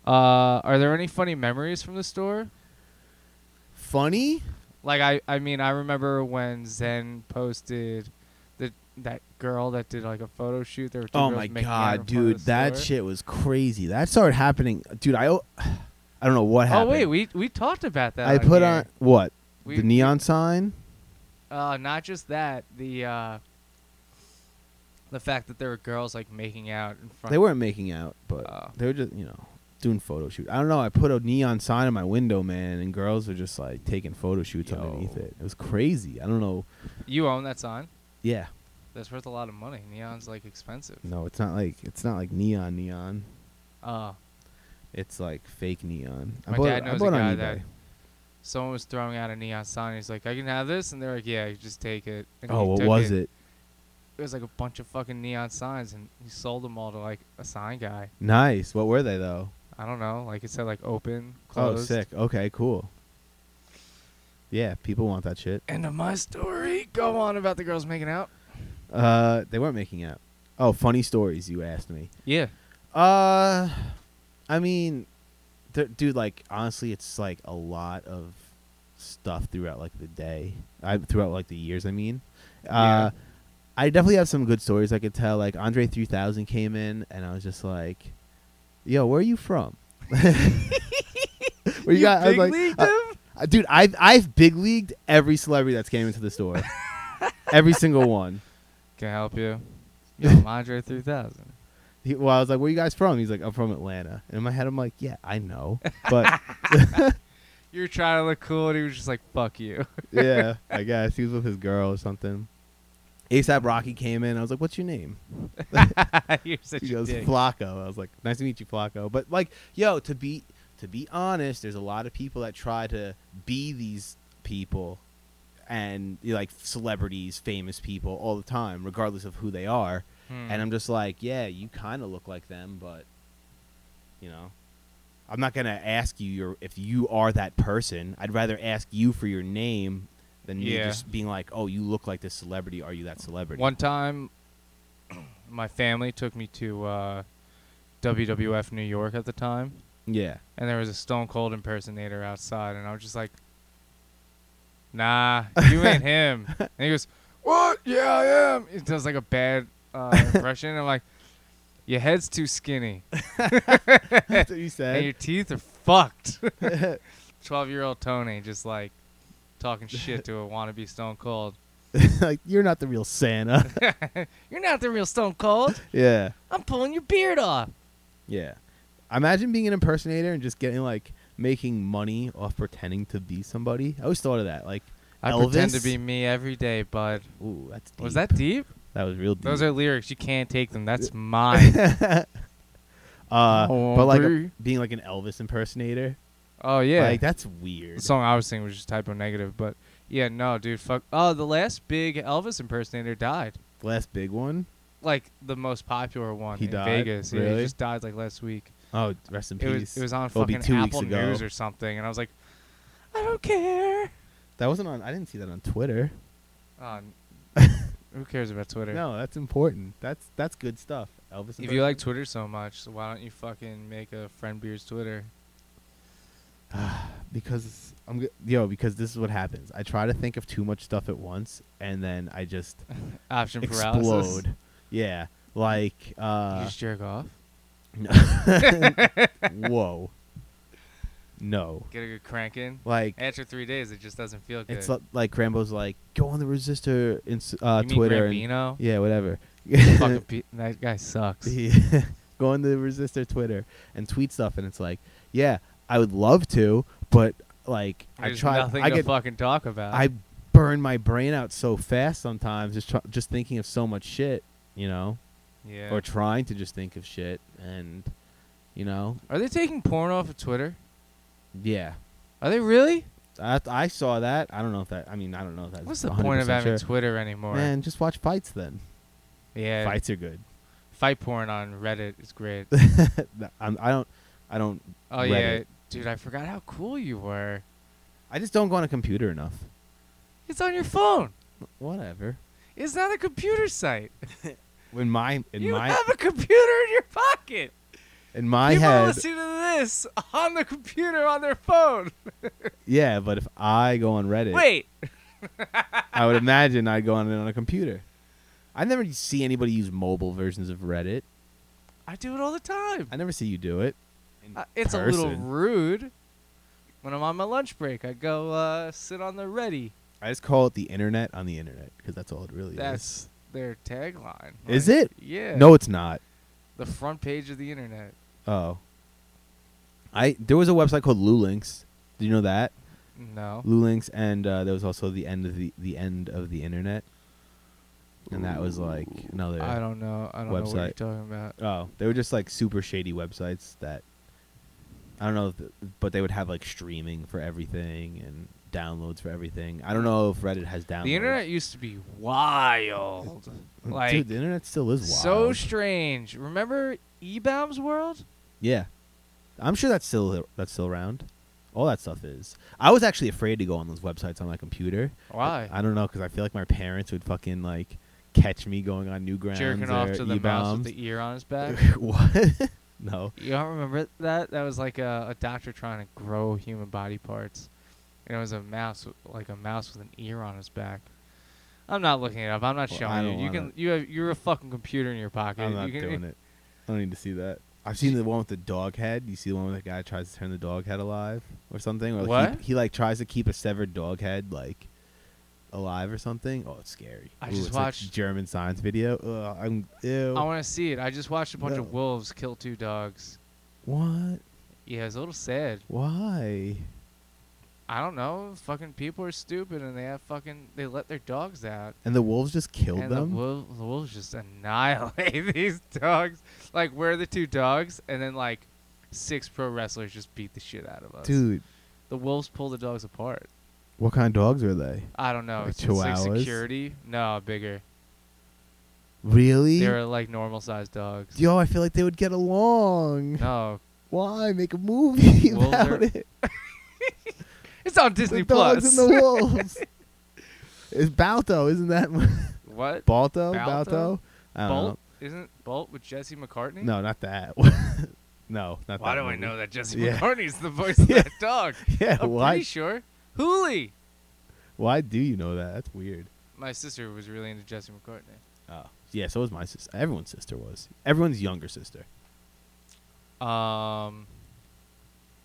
Speaker 1: Uh, are there any funny memories from the store?
Speaker 2: Funny.
Speaker 1: Like I, I mean, I remember when Zen posted the that girl that did like a photo shoot. There were two
Speaker 2: Oh
Speaker 1: girls
Speaker 2: my
Speaker 1: making out in
Speaker 2: god,
Speaker 1: front of
Speaker 2: dude,
Speaker 1: the
Speaker 2: that
Speaker 1: store.
Speaker 2: shit was crazy. That started happening, dude. I, o- I don't know what
Speaker 1: Oh
Speaker 2: happened.
Speaker 1: wait, we we talked about that.
Speaker 2: I put
Speaker 1: here.
Speaker 2: on what
Speaker 1: We-
Speaker 2: the neon sign.
Speaker 1: Uh, not just that. The uh, the fact that there were girls like making out in front.
Speaker 2: They weren't making out, but
Speaker 1: Oh.
Speaker 2: they were just you know doing photo shoot. I don't know. I put a neon sign in my window, man, and girls were just like taking photo shoots underneath
Speaker 1: Yo.
Speaker 2: it. It was crazy. I don't know.
Speaker 1: You own that sign.
Speaker 2: Yeah,
Speaker 1: That's worth a lot of money. Neon's like expensive.
Speaker 2: no, it's not like it's not like neon neon.
Speaker 1: Uh,
Speaker 2: It's like fake neon. I
Speaker 1: My
Speaker 2: bought,
Speaker 1: dad
Speaker 2: it- I
Speaker 1: knows a
Speaker 2: bought it on
Speaker 1: guy
Speaker 2: eBay.
Speaker 1: that- someone was throwing out a neon sign. He's like, "I can have this," and they're like, "Yeah, you just take it." And
Speaker 2: oh,
Speaker 1: he
Speaker 2: what
Speaker 1: took
Speaker 2: was it?
Speaker 1: It was like a bunch of fucking neon signs, and he sold them all to like a sign guy.
Speaker 2: Nice. What were they though?
Speaker 1: I don't know. Like it said, like open, closed.
Speaker 2: Oh, sick. Okay, cool. Yeah, people want that shit.
Speaker 1: End of my story. Go on about the girls making out.
Speaker 2: Uh, they weren't making out. Oh, funny stories. You asked me.
Speaker 1: Yeah.
Speaker 2: Uh, I mean, th- dude, like honestly, it's like a lot of stuff throughout like the day. I throughout like the years. I mean, uh,
Speaker 1: Yeah.
Speaker 2: I definitely have some good stories I could tell. Like Andre three thousand came in, and I was just like, "Yo, where are you from?" where you, got? I was
Speaker 1: big
Speaker 2: like,
Speaker 1: leagued
Speaker 2: I-
Speaker 1: him?
Speaker 2: Uh, dude, I've I've big leagued every celebrity that's came into the store, every single one.
Speaker 1: Can I help you? Yo, Madre three thousand.
Speaker 2: He, well, I was like, "Where you guys from?" He's like, "I'm from Atlanta." And in my head, I'm like, "Yeah, I know," but
Speaker 1: You were trying to look cool, and he was just like, "Fuck you."
Speaker 2: yeah, I guess he was with his girl or something. ASAP Rocky came in. I was like, "What's your name?"
Speaker 1: You're such
Speaker 2: He
Speaker 1: a
Speaker 2: goes,
Speaker 1: dick.
Speaker 2: "Flacco." I was like, "Nice to meet you, Flacco." But like, yo, to be to be honest, there's a lot of people that try to be these people and you know, like celebrities, famous people all the time, regardless of who they are.
Speaker 1: Hmm.
Speaker 2: And
Speaker 1: Mm.
Speaker 2: I'm just like, yeah, you kind of look like them, but you know, I'm not gonna ask you your if you are that person. I'd rather ask you for your name than me
Speaker 1: Yeah.
Speaker 2: just being like, oh, you look like this celebrity. Are you that celebrity?
Speaker 1: One time, my family took me to uh, WWF New York at the time,
Speaker 2: yeah,
Speaker 1: and there was a Stone Cold impersonator outside, and I was just like, "Nah, you ain't him." And he goes, "What? Yeah, I am." It does like a bad uh, impression. I'm like, "Your head's too skinny,
Speaker 2: that's what you
Speaker 1: and
Speaker 2: said.
Speaker 1: your teeth are fucked." Twelve-year-old Tony just like talking shit to a wannabe Stone Cold.
Speaker 2: like you're not the real Santa.
Speaker 1: You're not the real Stone Cold.
Speaker 2: yeah.
Speaker 1: I'm pulling your beard off.
Speaker 2: Yeah. Imagine being an impersonator and just getting like making money off pretending to be somebody. I always thought of that. Like
Speaker 1: I
Speaker 2: Elvis?
Speaker 1: pretend to be me every day, bud.
Speaker 2: Ooh, that's deep.
Speaker 1: Was that deep?
Speaker 2: that was real deep.
Speaker 1: Those are lyrics. You can't take them. That's mine.
Speaker 2: uh, but like a-
Speaker 1: Hungry.
Speaker 2: being like an Elvis impersonator.
Speaker 1: oh yeah.
Speaker 2: Like that's
Speaker 1: the
Speaker 2: weird.
Speaker 1: song I was singing was just typo negative, but yeah, no, dude, fuck. Oh, the last big Elvis impersonator died.
Speaker 2: Last big one.
Speaker 1: Like the most popular one
Speaker 2: He
Speaker 1: in
Speaker 2: died?
Speaker 1: Vegas. Yeah,
Speaker 2: Really?
Speaker 1: he just died like last week.
Speaker 2: Oh, rest in
Speaker 1: It
Speaker 2: peace.
Speaker 1: was it was on
Speaker 2: It'll be
Speaker 1: fucking
Speaker 2: two weeks
Speaker 1: Apple
Speaker 2: ago.
Speaker 1: News or something, and I was like, I don't care.
Speaker 2: that wasn't on. I didn't see that on Twitter.
Speaker 1: Oh, n- who cares about Twitter?
Speaker 2: No, that's important. That's that's good stuff. Elvis.
Speaker 1: If you like
Speaker 2: impersonator.
Speaker 1: Twitter so much, why don't you fucking make a friend beer's Twitter?
Speaker 2: because I'm g- yo because this is what happens. I try to think of too much stuff at once, and then I just
Speaker 1: Option paralysis.
Speaker 2: explode. Yeah, like
Speaker 1: you
Speaker 2: uh,
Speaker 1: just jerk off.
Speaker 2: whoa, no,
Speaker 1: Get a good crank in.
Speaker 2: like
Speaker 1: After three days, it just doesn't feel good.
Speaker 2: it's li- like Rambo's like go on the resistor in s- uh,
Speaker 1: you mean
Speaker 2: Twitter and
Speaker 1: Gambino?
Speaker 2: yeah whatever.
Speaker 1: Fucking pe- that guy sucks.
Speaker 2: Yeah. go on the resistor Twitter and tweet stuff, and it's like yeah, I would love to, but like
Speaker 1: There's
Speaker 2: I try,
Speaker 1: nothing
Speaker 2: I
Speaker 1: to
Speaker 2: get
Speaker 1: fucking talk about.
Speaker 2: I burn my brain out so fast sometimes just tr- just thinking of so much shit, you know,
Speaker 1: yeah.
Speaker 2: or trying to just think of shit and you know,
Speaker 1: Are they taking porn off of Twitter?
Speaker 2: yeah.
Speaker 1: Are they really?
Speaker 2: I, I saw that. I don't know if that. I mean, I don't know if that's.
Speaker 1: What's the point of
Speaker 2: 100%
Speaker 1: having
Speaker 2: sure.
Speaker 1: Twitter anymore?
Speaker 2: Man, just watch fights then.
Speaker 1: yeah, fight.
Speaker 2: Fights are good.
Speaker 1: porn on Reddit is great.
Speaker 2: I'm, I don't. I don't.
Speaker 1: Oh yeah,
Speaker 2: Reddit.
Speaker 1: dude, I forgot how cool you were.
Speaker 2: I just don't go on a computer enough.
Speaker 1: It's on your phone.
Speaker 2: Whatever.
Speaker 1: It's not a computer site.
Speaker 2: In my in
Speaker 1: you
Speaker 2: my
Speaker 1: have a computer in your pocket.
Speaker 2: in my
Speaker 1: People
Speaker 2: head,
Speaker 1: listen to this on the computer on their phone.
Speaker 2: yeah. But if I go on Reddit,
Speaker 1: Wait,
Speaker 2: I would imagine I'd go on it on a computer. I never see anybody use mobile versions of Reddit.
Speaker 1: I do it all the time.
Speaker 2: I never see you do it.
Speaker 1: Uh, it's a little
Speaker 2: person.
Speaker 1: rude. When I'm on my lunch break, I go uh, sit on the ready.
Speaker 2: I just call it the internet on the internet because that's all it really
Speaker 1: That's their tagline.
Speaker 2: Is
Speaker 1: Like,
Speaker 2: it?
Speaker 1: Yeah.
Speaker 2: is. No, it's not.
Speaker 1: The front page of the internet.
Speaker 2: Oh. I there was a website called Lulinks. Do you know that?
Speaker 1: No.
Speaker 2: Lulinks and uh, there was also the end of the the end of the internet. And that was like another
Speaker 1: I don't know. I don't know what you're
Speaker 2: Website.
Speaker 1: talking about.
Speaker 2: Oh, they were just like super shady websites that I don't know if th- but they would have like streaming for everything and downloads for everything. I don't know if Reddit has downloads.
Speaker 1: The internet used to be wild. Like
Speaker 2: Dude, the internet still is wild.
Speaker 1: so strange. Remember Ebombs World?
Speaker 2: Yeah, I'm sure that's still that's still around. All that stuff is. I was actually afraid to go on those websites on my computer.
Speaker 1: Why?
Speaker 2: I, I don't know because I feel like my parents would fucking like catch me going on Newgrounds
Speaker 1: Jerking
Speaker 2: or
Speaker 1: off to the mouse
Speaker 2: e-bombs.
Speaker 1: with the E-, ear on his back.
Speaker 2: what? no.
Speaker 1: You don't remember that? That was like a, a doctor trying to grow human body parts, and it was a mouse, w- like a mouse with an ear on his back. I'm not looking it up. I'm not
Speaker 2: Well, I
Speaker 1: showing you.
Speaker 2: don't
Speaker 1: You
Speaker 2: wanna-
Speaker 1: can. You have. You're a fucking computer in your pocket.
Speaker 2: I'm not
Speaker 1: you can,
Speaker 2: doing it. I don't need to see that. I've seen the one with the dog head. You see the one where the guy tries to turn the dog head alive or something? Or like,
Speaker 1: What?
Speaker 2: He, he like tries to keep a severed dog head like alive or something. Oh, it's scary.
Speaker 1: I
Speaker 2: Ooh,
Speaker 1: just
Speaker 2: it's like
Speaker 1: watched-
Speaker 2: German science video. Ugh, I'm ew.
Speaker 1: I want to see it. I just watched a bunch of
Speaker 2: No.
Speaker 1: wolves kill two dogs.
Speaker 2: what?
Speaker 1: Yeah, it's a little sad.
Speaker 2: Why?
Speaker 1: I don't know. Fucking people are stupid, and they have fucking. They let their dogs out,
Speaker 2: And the wolves just killed
Speaker 1: and
Speaker 2: them.
Speaker 1: The, wolf, the wolves just annihilate these dogs. Like, where are the two dogs? And then like, six pro wrestlers just beat the shit out of us.
Speaker 2: Dude,
Speaker 1: The wolves pull the dogs apart.
Speaker 2: what kind of dogs are they?
Speaker 1: I don't know.
Speaker 2: Like
Speaker 1: it's, it's like
Speaker 2: chihuahuas?
Speaker 1: security. No, bigger.
Speaker 2: Really?
Speaker 1: They're like normal sized dogs.
Speaker 2: Yo, I feel like they would get along.
Speaker 1: No,
Speaker 2: Why make a movie
Speaker 1: Wolves
Speaker 2: about
Speaker 1: are-
Speaker 2: it?
Speaker 1: it's on
Speaker 2: The
Speaker 1: Disney
Speaker 2: dogs
Speaker 1: Plus.
Speaker 2: and the wolves. it's Balto, isn't that
Speaker 1: what? Balto?
Speaker 2: Balto? Balto? I don't
Speaker 1: Bolt isn't Bolt with Jesse McCartney?
Speaker 2: know. No, not that. no, not
Speaker 1: Why
Speaker 2: that.
Speaker 1: do I
Speaker 2: movie.
Speaker 1: know that Jesse
Speaker 2: Yeah.
Speaker 1: McCartney's the voice of
Speaker 2: Yeah.
Speaker 1: that dog?
Speaker 2: Yeah,
Speaker 1: I'm
Speaker 2: why?
Speaker 1: pretty sure. Hooli.
Speaker 2: Why do you know that? That's weird.
Speaker 1: My sister was really into Jesse McCartney.
Speaker 2: Oh, yeah. So was my sister. Everyone's sister was. Everyone's younger sister.
Speaker 1: Um.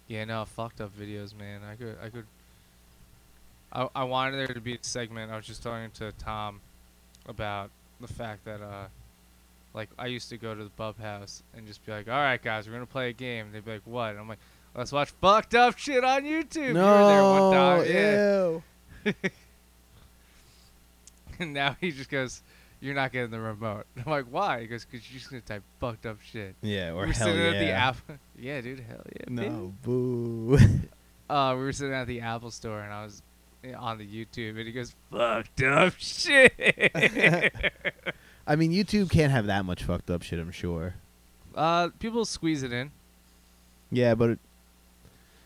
Speaker 1: Yeah, no, fucked up videos, man. I could, I could. I, I wanted there to be a segment. I was just talking to Tom about the fact that, uh, like, I used to go to the bub house and just be like, "All right, guys, we're gonna play a game." And they'd be like, "What?" And I'm like, "Let's watch fucked up shit on YouTube." you
Speaker 2: no,
Speaker 1: were there one time,
Speaker 2: ew.
Speaker 1: yeah. and now he just goes, "You're not getting the remote." I'm like, "Why?" He goes, "Cause you're just gonna type fucked up shit."
Speaker 2: Yeah, or
Speaker 1: we were
Speaker 2: hell
Speaker 1: sitting
Speaker 2: yeah.
Speaker 1: at the Apple. Yeah, dude, hell yeah.
Speaker 2: No, boo.
Speaker 1: baby. Uh, we were sitting at the Apple store, and I was eh, on the YouTube, and he goes, "Fucked up shit."
Speaker 2: I mean, YouTube can't have that much fucked up shit. I'm sure.
Speaker 1: uh, people squeeze it in.
Speaker 2: Yeah, but it,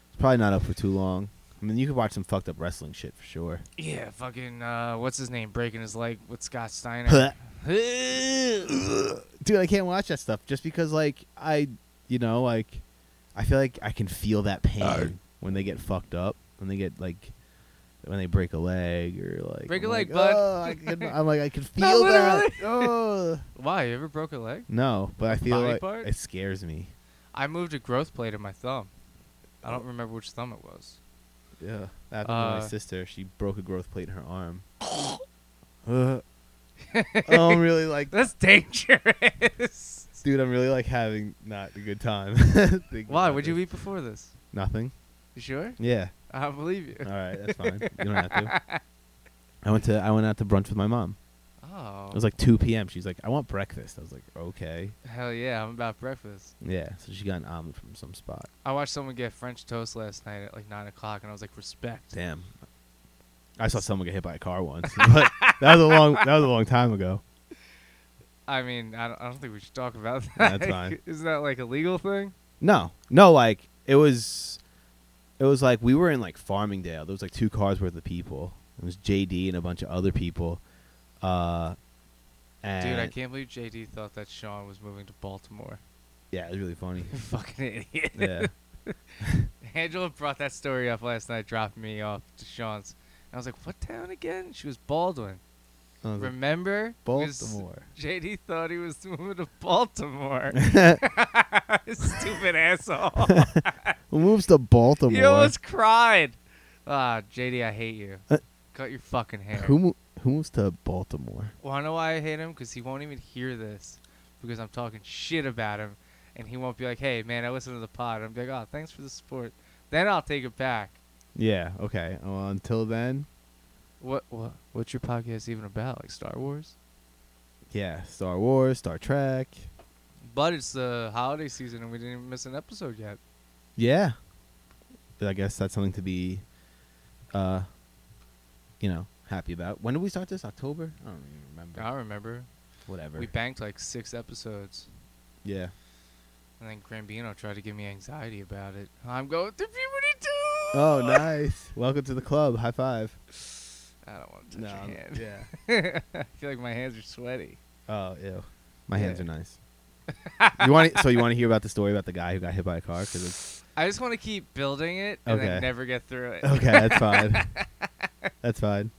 Speaker 2: it's probably not up for too long. I mean, you could watch some fucked up wrestling shit for sure.
Speaker 1: Yeah, fucking. Uh, what's his name? Breaking his leg with Scott Steiner.
Speaker 2: Dude, I can't watch that stuff just because, like, I, you know, like, I feel like I can feel that pain when they get fucked up, when they get like, when they break a leg or like
Speaker 1: Break
Speaker 2: I'm
Speaker 1: a
Speaker 2: like,
Speaker 1: leg, bud.
Speaker 2: "Oh," I can, I'm like, I can
Speaker 1: Not
Speaker 2: feel that. Oh.
Speaker 1: Why? You ever broke a leg?
Speaker 2: No, but I feel
Speaker 1: Body
Speaker 2: like
Speaker 1: part?
Speaker 2: it scares me.
Speaker 1: I moved a growth plate in my thumb. I don't remember which thumb it was.
Speaker 2: Yeah, that happened to my
Speaker 1: Uh,
Speaker 2: sister. She broke a growth plate in her arm. Uh, I'm really like,
Speaker 1: That's dangerous.
Speaker 2: dude. I'm really like having not a good time. Thinking
Speaker 1: Why?
Speaker 2: about
Speaker 1: What'd you
Speaker 2: this.
Speaker 1: eat before this?
Speaker 2: Nothing.
Speaker 1: You sure?
Speaker 2: Yeah.
Speaker 1: I don't believe you.
Speaker 2: All right, that's fine. You don't have to. I went to I went out to brunch with my mom.
Speaker 1: Oh.
Speaker 2: It was like 2 p.m. She's like, I want breakfast. I was like, okay.
Speaker 1: Hell yeah, I'm about breakfast.
Speaker 2: Yeah. So she got an omelet from some spot.
Speaker 1: I watched someone get French toast last night at like nine o'clock, and I was like, respect.
Speaker 2: Damn. I saw someone get hit by a car once, but that was a long that was a long time ago.
Speaker 1: I mean, I don't, I don't think we should talk about
Speaker 2: That's
Speaker 1: that.
Speaker 2: fine.
Speaker 1: Isn't that like a legal thing?
Speaker 2: No, no, like it was, it was like we were in like Farmingdale. There was like two cars worth of people. It was JD and a bunch of other people. Uh, and
Speaker 1: Dude, I can't believe JD thought that Sean was moving to Baltimore.
Speaker 2: yeah, it was really funny.
Speaker 1: Fucking idiot.
Speaker 2: yeah,
Speaker 1: Angela brought that story up last night, dropping me off to Sean's. And I was like, what town again? She was Baldwin.
Speaker 2: I was like,
Speaker 1: Remember? Miss-
Speaker 2: Baltimore.
Speaker 1: JD thought he was moving to Baltimore. Stupid asshole.
Speaker 2: Who moves to Baltimore?
Speaker 1: You almost cried. Ah, JD, I hate you.
Speaker 2: Uh,
Speaker 1: Cut your fucking hair.
Speaker 2: who mo- who moves to Baltimore?
Speaker 1: Wanna know why I hate him? Because he won't even hear this. Because I'm talking shit about him, and he won't be like, "Hey, man, I listened to the pod." I'm like, "Oh, thanks for the support." Then I'll take it back.
Speaker 2: Yeah. Okay. Well, until then,
Speaker 1: What? What? What's your podcast even about? Like Star Wars?
Speaker 2: yeah. Star Wars, Star Trek.
Speaker 1: But it's the holiday season, and we didn't even miss an episode yet.
Speaker 2: Yeah. But I guess that's something to be, uh, you know, happy about. When did we start this? October? I don't even remember.
Speaker 1: I remember
Speaker 2: Whatever.
Speaker 1: we banked like six episodes,
Speaker 2: yeah.
Speaker 1: and then Grambino tried to give me anxiety about it. I'm going through puberty too.
Speaker 2: Oh, nice. Welcome to the club. High five.
Speaker 1: I don't want to touch
Speaker 2: I'm-
Speaker 1: your hand.
Speaker 2: yeah.
Speaker 1: I feel like my hands are sweaty.
Speaker 2: Oh, ew. My hands
Speaker 1: Yeah.
Speaker 2: are nice. you want so you want to hear about the story about the guy who got hit by a car? 'Cause it's,
Speaker 1: I just want to keep building it and
Speaker 2: Okay.
Speaker 1: then never get through it.
Speaker 2: okay, that's fine. that's fine.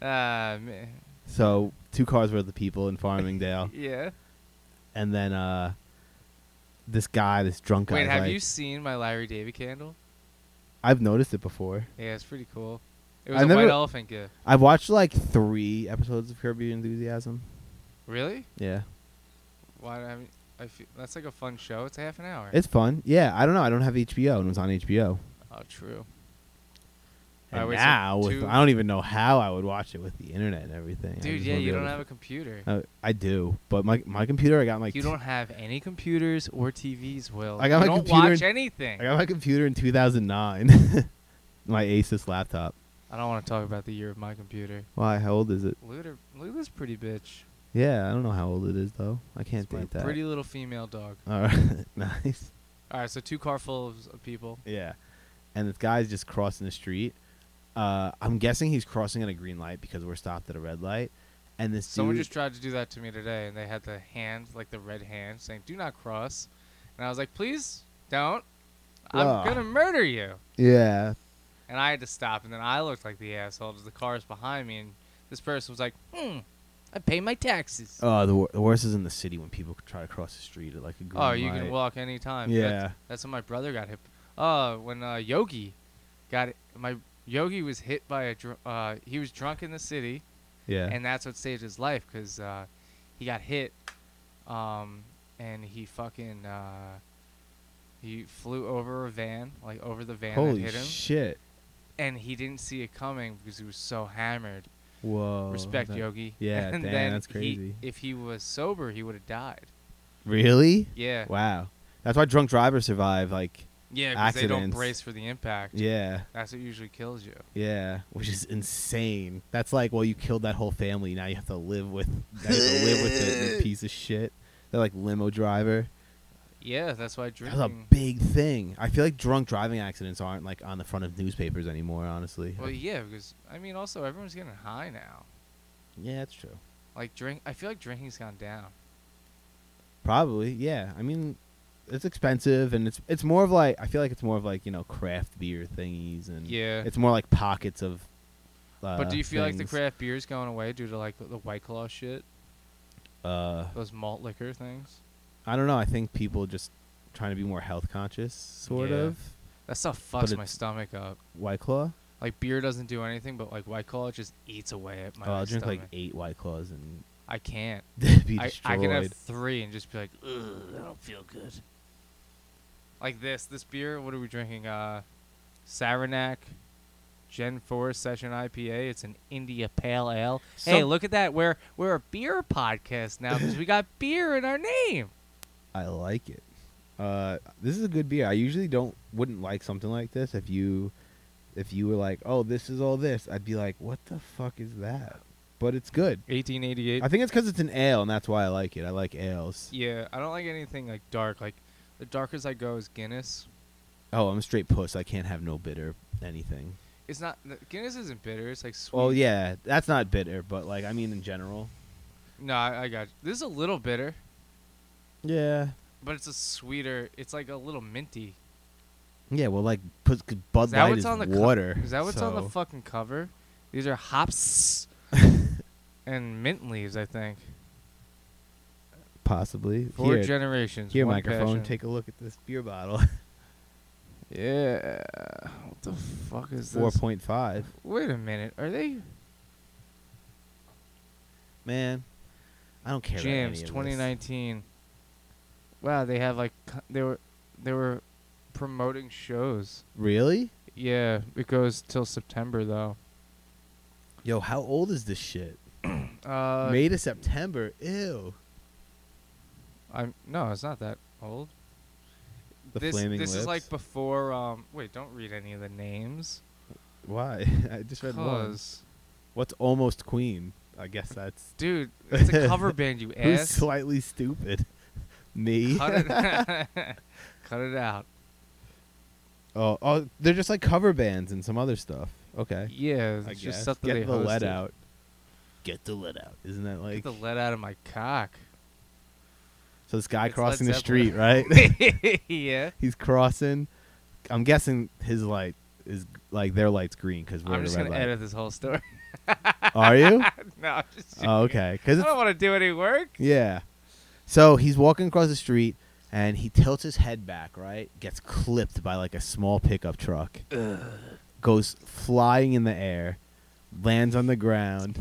Speaker 1: Uh, man.
Speaker 2: So two cars worth of people in Farmingdale,
Speaker 1: Yeah.
Speaker 2: and then uh, this guy, this drunk guy.
Speaker 1: Wait, have
Speaker 2: like,
Speaker 1: you seen my Larry David candle?
Speaker 2: I've noticed it before.
Speaker 1: Yeah, it's pretty cool. It was
Speaker 2: I
Speaker 1: a
Speaker 2: never-
Speaker 1: white elephant gift.
Speaker 2: I've watched like three episodes of Curb Your Enthusiasm.
Speaker 1: Really?
Speaker 2: Yeah,
Speaker 1: Why? I mean, I feel, that's like a fun show. It's a half an hour.
Speaker 2: it's fun. Yeah, I don't know. I don't have HBO, and it was on HBO.
Speaker 1: oh, true. I
Speaker 2: And
Speaker 1: always have
Speaker 2: now, with,
Speaker 1: two-
Speaker 2: I don't even know how I would watch it with the internet and everything. I
Speaker 1: Dude,
Speaker 2: just
Speaker 1: yeah,
Speaker 2: wanna be
Speaker 1: you
Speaker 2: able
Speaker 1: don't
Speaker 2: to-
Speaker 1: have a computer.
Speaker 2: Uh, I do, but my my computer, I got my
Speaker 1: you
Speaker 2: t-
Speaker 1: don't have any computers or TVs, Will.
Speaker 2: I got
Speaker 1: you
Speaker 2: my
Speaker 1: don't
Speaker 2: computer
Speaker 1: watch
Speaker 2: in-
Speaker 1: anything.
Speaker 2: I got my computer in 2009, my Asus laptop.
Speaker 1: I don't want to talk about the year of my computer.
Speaker 2: Why? How old is it?
Speaker 1: Luda, Luda's pretty bitch.
Speaker 2: Yeah, I don't know how old it is though. I can't
Speaker 1: It's my
Speaker 2: date that.
Speaker 1: Pretty little female dog.
Speaker 2: All right, nice.
Speaker 1: All right, so two car full of s- of people.
Speaker 2: Yeah, and this guy's just crossing the street. Uh, I'm guessing he's crossing at a green light because we're stopped at a red light. And this
Speaker 1: Someone
Speaker 2: dude,
Speaker 1: just tried to do that to me today, and they had the hand, like the red hand, saying "Do not cross," and I was like, "Please don't! I'm
Speaker 2: Ugh.
Speaker 1: gonna murder you!"
Speaker 2: yeah,
Speaker 1: And I had to stop, and then I looked like the asshole because the car is behind me, and this person was like, "Hmm, I pay my taxes."
Speaker 2: Oh, the, wor- the worst is in the city when people try to cross the street at like a green
Speaker 1: oh, you
Speaker 2: light.
Speaker 1: can walk anytime.
Speaker 2: Yeah.
Speaker 1: That's, that's when my brother got hit. Uh, when uh, Yogi got my Yogi was hit by a dr- uh, he was drunk in the city.
Speaker 2: yeah.
Speaker 1: and that's what saved his life because uh, he got hit, um, and he fucking uh, he flew over a van, like over the van that
Speaker 2: Holy
Speaker 1: hit him,
Speaker 2: shit!
Speaker 1: and he didn't see it coming because he was so hammered.
Speaker 2: Whoa.
Speaker 1: Respect,
Speaker 2: Oh, that-
Speaker 1: Yogi.
Speaker 2: yeah,
Speaker 1: and
Speaker 2: damn,
Speaker 1: then
Speaker 2: that's
Speaker 1: he-
Speaker 2: crazy.
Speaker 1: if he was sober, he would have died.
Speaker 2: Really?
Speaker 1: Yeah,
Speaker 2: Wow. That's why drunk drivers survive. Like,
Speaker 1: yeah, because they don't
Speaker 2: accidents.
Speaker 1: brace for the impact.
Speaker 2: yeah,
Speaker 1: That's what usually kills you.
Speaker 2: yeah, which is insane. That's like, well, you killed that whole family. Now you have to live with, now you have to live with it. You piece of shit. They're like limo driver.
Speaker 1: Yeah, that's why
Speaker 2: That's a
Speaker 1: drinking.
Speaker 2: big thing. I feel like drunk driving accidents aren't like on the front of newspapers anymore. Honestly.
Speaker 1: Well, yeah, because I mean, also everyone's getting high now.
Speaker 2: yeah, that's true.
Speaker 1: Like drink, I feel like drinking's gone down.
Speaker 2: Probably, yeah. I mean, it's expensive, and it's it's more of like I feel like it's more of like you know craft beer thingies, and
Speaker 1: Yeah.
Speaker 2: it's more like pockets of. Uh,
Speaker 1: But do you feel like
Speaker 2: things.
Speaker 1: the craft beer's going away due to like the White Claw shit,
Speaker 2: Uh,
Speaker 1: those malt liquor things?
Speaker 2: I don't know. I think people just trying to be more health conscious, sort
Speaker 1: Yeah.
Speaker 2: of.
Speaker 1: That stuff fucks my
Speaker 2: it's-
Speaker 1: stomach up.
Speaker 2: White Claw.
Speaker 1: Like beer doesn't do anything, but like White Claw just eats away at my
Speaker 2: Oh, I'll drink
Speaker 1: stomach.
Speaker 2: like eight White Claws and
Speaker 1: I can't.
Speaker 2: be
Speaker 1: I,
Speaker 2: destroyed.
Speaker 1: I can have three and just be like, ugh, I don't feel good. Like this, this beer. What are we drinking? Uh, Saranac, Gen Four Session IPA. It's an India Pale Ale. hey,
Speaker 2: Some-
Speaker 1: look at that. We're we're a beer podcast now because we got beer in our name.
Speaker 2: I like it. Uh, this is a good beer. I usually don't wouldn't like something like this. If you, if you were like, oh, this is all this, I'd be like, what the fuck is that? But it's good.
Speaker 1: 1888.
Speaker 2: I think it's because it's an ale, and that's why I like it. I like ales.
Speaker 1: Yeah, I don't like anything like dark. Like the darkest I go is Guinness.
Speaker 2: Oh, I'm a straight puss. I can't have no bitter anything.
Speaker 1: It's not the- Guinness isn't bitter. It's like sweet.
Speaker 2: Well, yeah, that's not bitter, but like I mean in general.
Speaker 1: No, I, I got you. this is a little bitter,
Speaker 2: Yeah.
Speaker 1: but it's a sweeter. It's like a little minty.
Speaker 2: Yeah. Well, like pus- 'cause Bud
Speaker 1: Is that
Speaker 2: Light
Speaker 1: what's
Speaker 2: is
Speaker 1: on the co-
Speaker 2: water.
Speaker 1: Is that what's on the
Speaker 2: so-
Speaker 1: fucking cover? These are hops and mint leaves, I think.
Speaker 2: possibly
Speaker 1: Four
Speaker 2: here?
Speaker 1: generations.
Speaker 2: Here,
Speaker 1: one
Speaker 2: microphone.
Speaker 1: passion.
Speaker 2: Take a look at this beer bottle.
Speaker 1: Yeah. What the fuck is
Speaker 2: Four
Speaker 1: this?
Speaker 2: point five.
Speaker 1: Wait a minute. Are they
Speaker 2: Man, I don't care.
Speaker 1: Jams
Speaker 2: about any of this.
Speaker 1: 2019. Wow, they have like co- they were they were promoting shows.
Speaker 2: Really?
Speaker 1: Yeah, it goes till September though.
Speaker 2: Yo, how old is this shit?
Speaker 1: Uh,
Speaker 2: May to September. Ew.
Speaker 1: I'm no, it's not that old.
Speaker 2: The
Speaker 1: this
Speaker 2: flaming
Speaker 1: this is like
Speaker 2: lips?
Speaker 1: before. Um, wait, don't read any of the names.
Speaker 2: Why? I just read one.
Speaker 1: 'cause-
Speaker 2: What's almost queen? I guess that's
Speaker 1: dude, it's a cover band. You
Speaker 2: Who's
Speaker 1: ass.
Speaker 2: slightly stupid? Me.
Speaker 1: Cut it, cut it out.
Speaker 2: Oh, oh, they're just like cover bands and some other stuff. Okay.
Speaker 1: Yeah,
Speaker 2: I
Speaker 1: it's
Speaker 2: guess.
Speaker 1: just stuff that
Speaker 2: Get
Speaker 1: they
Speaker 2: the lead
Speaker 1: hosted.
Speaker 2: out. Get the lead out. Isn't that
Speaker 1: Get
Speaker 2: like
Speaker 1: the lead out of my cock.
Speaker 2: so? This guy
Speaker 1: It's Led
Speaker 2: crossing the
Speaker 1: Zeppelin.
Speaker 2: street, right?
Speaker 1: yeah.
Speaker 2: He's crossing. I'm guessing his light is like their light's green because we're
Speaker 1: I'm
Speaker 2: the
Speaker 1: just
Speaker 2: red
Speaker 1: gonna
Speaker 2: light.
Speaker 1: edit this whole story.
Speaker 2: Are you?
Speaker 1: no, I'm just
Speaker 2: oh,
Speaker 1: joking.
Speaker 2: okay. Because
Speaker 1: I don't want to do any work.
Speaker 2: Yeah. So he's walking across the street and he tilts his head back, right? Gets clipped by like a small pickup truck. Goes flying in the air, lands on the ground.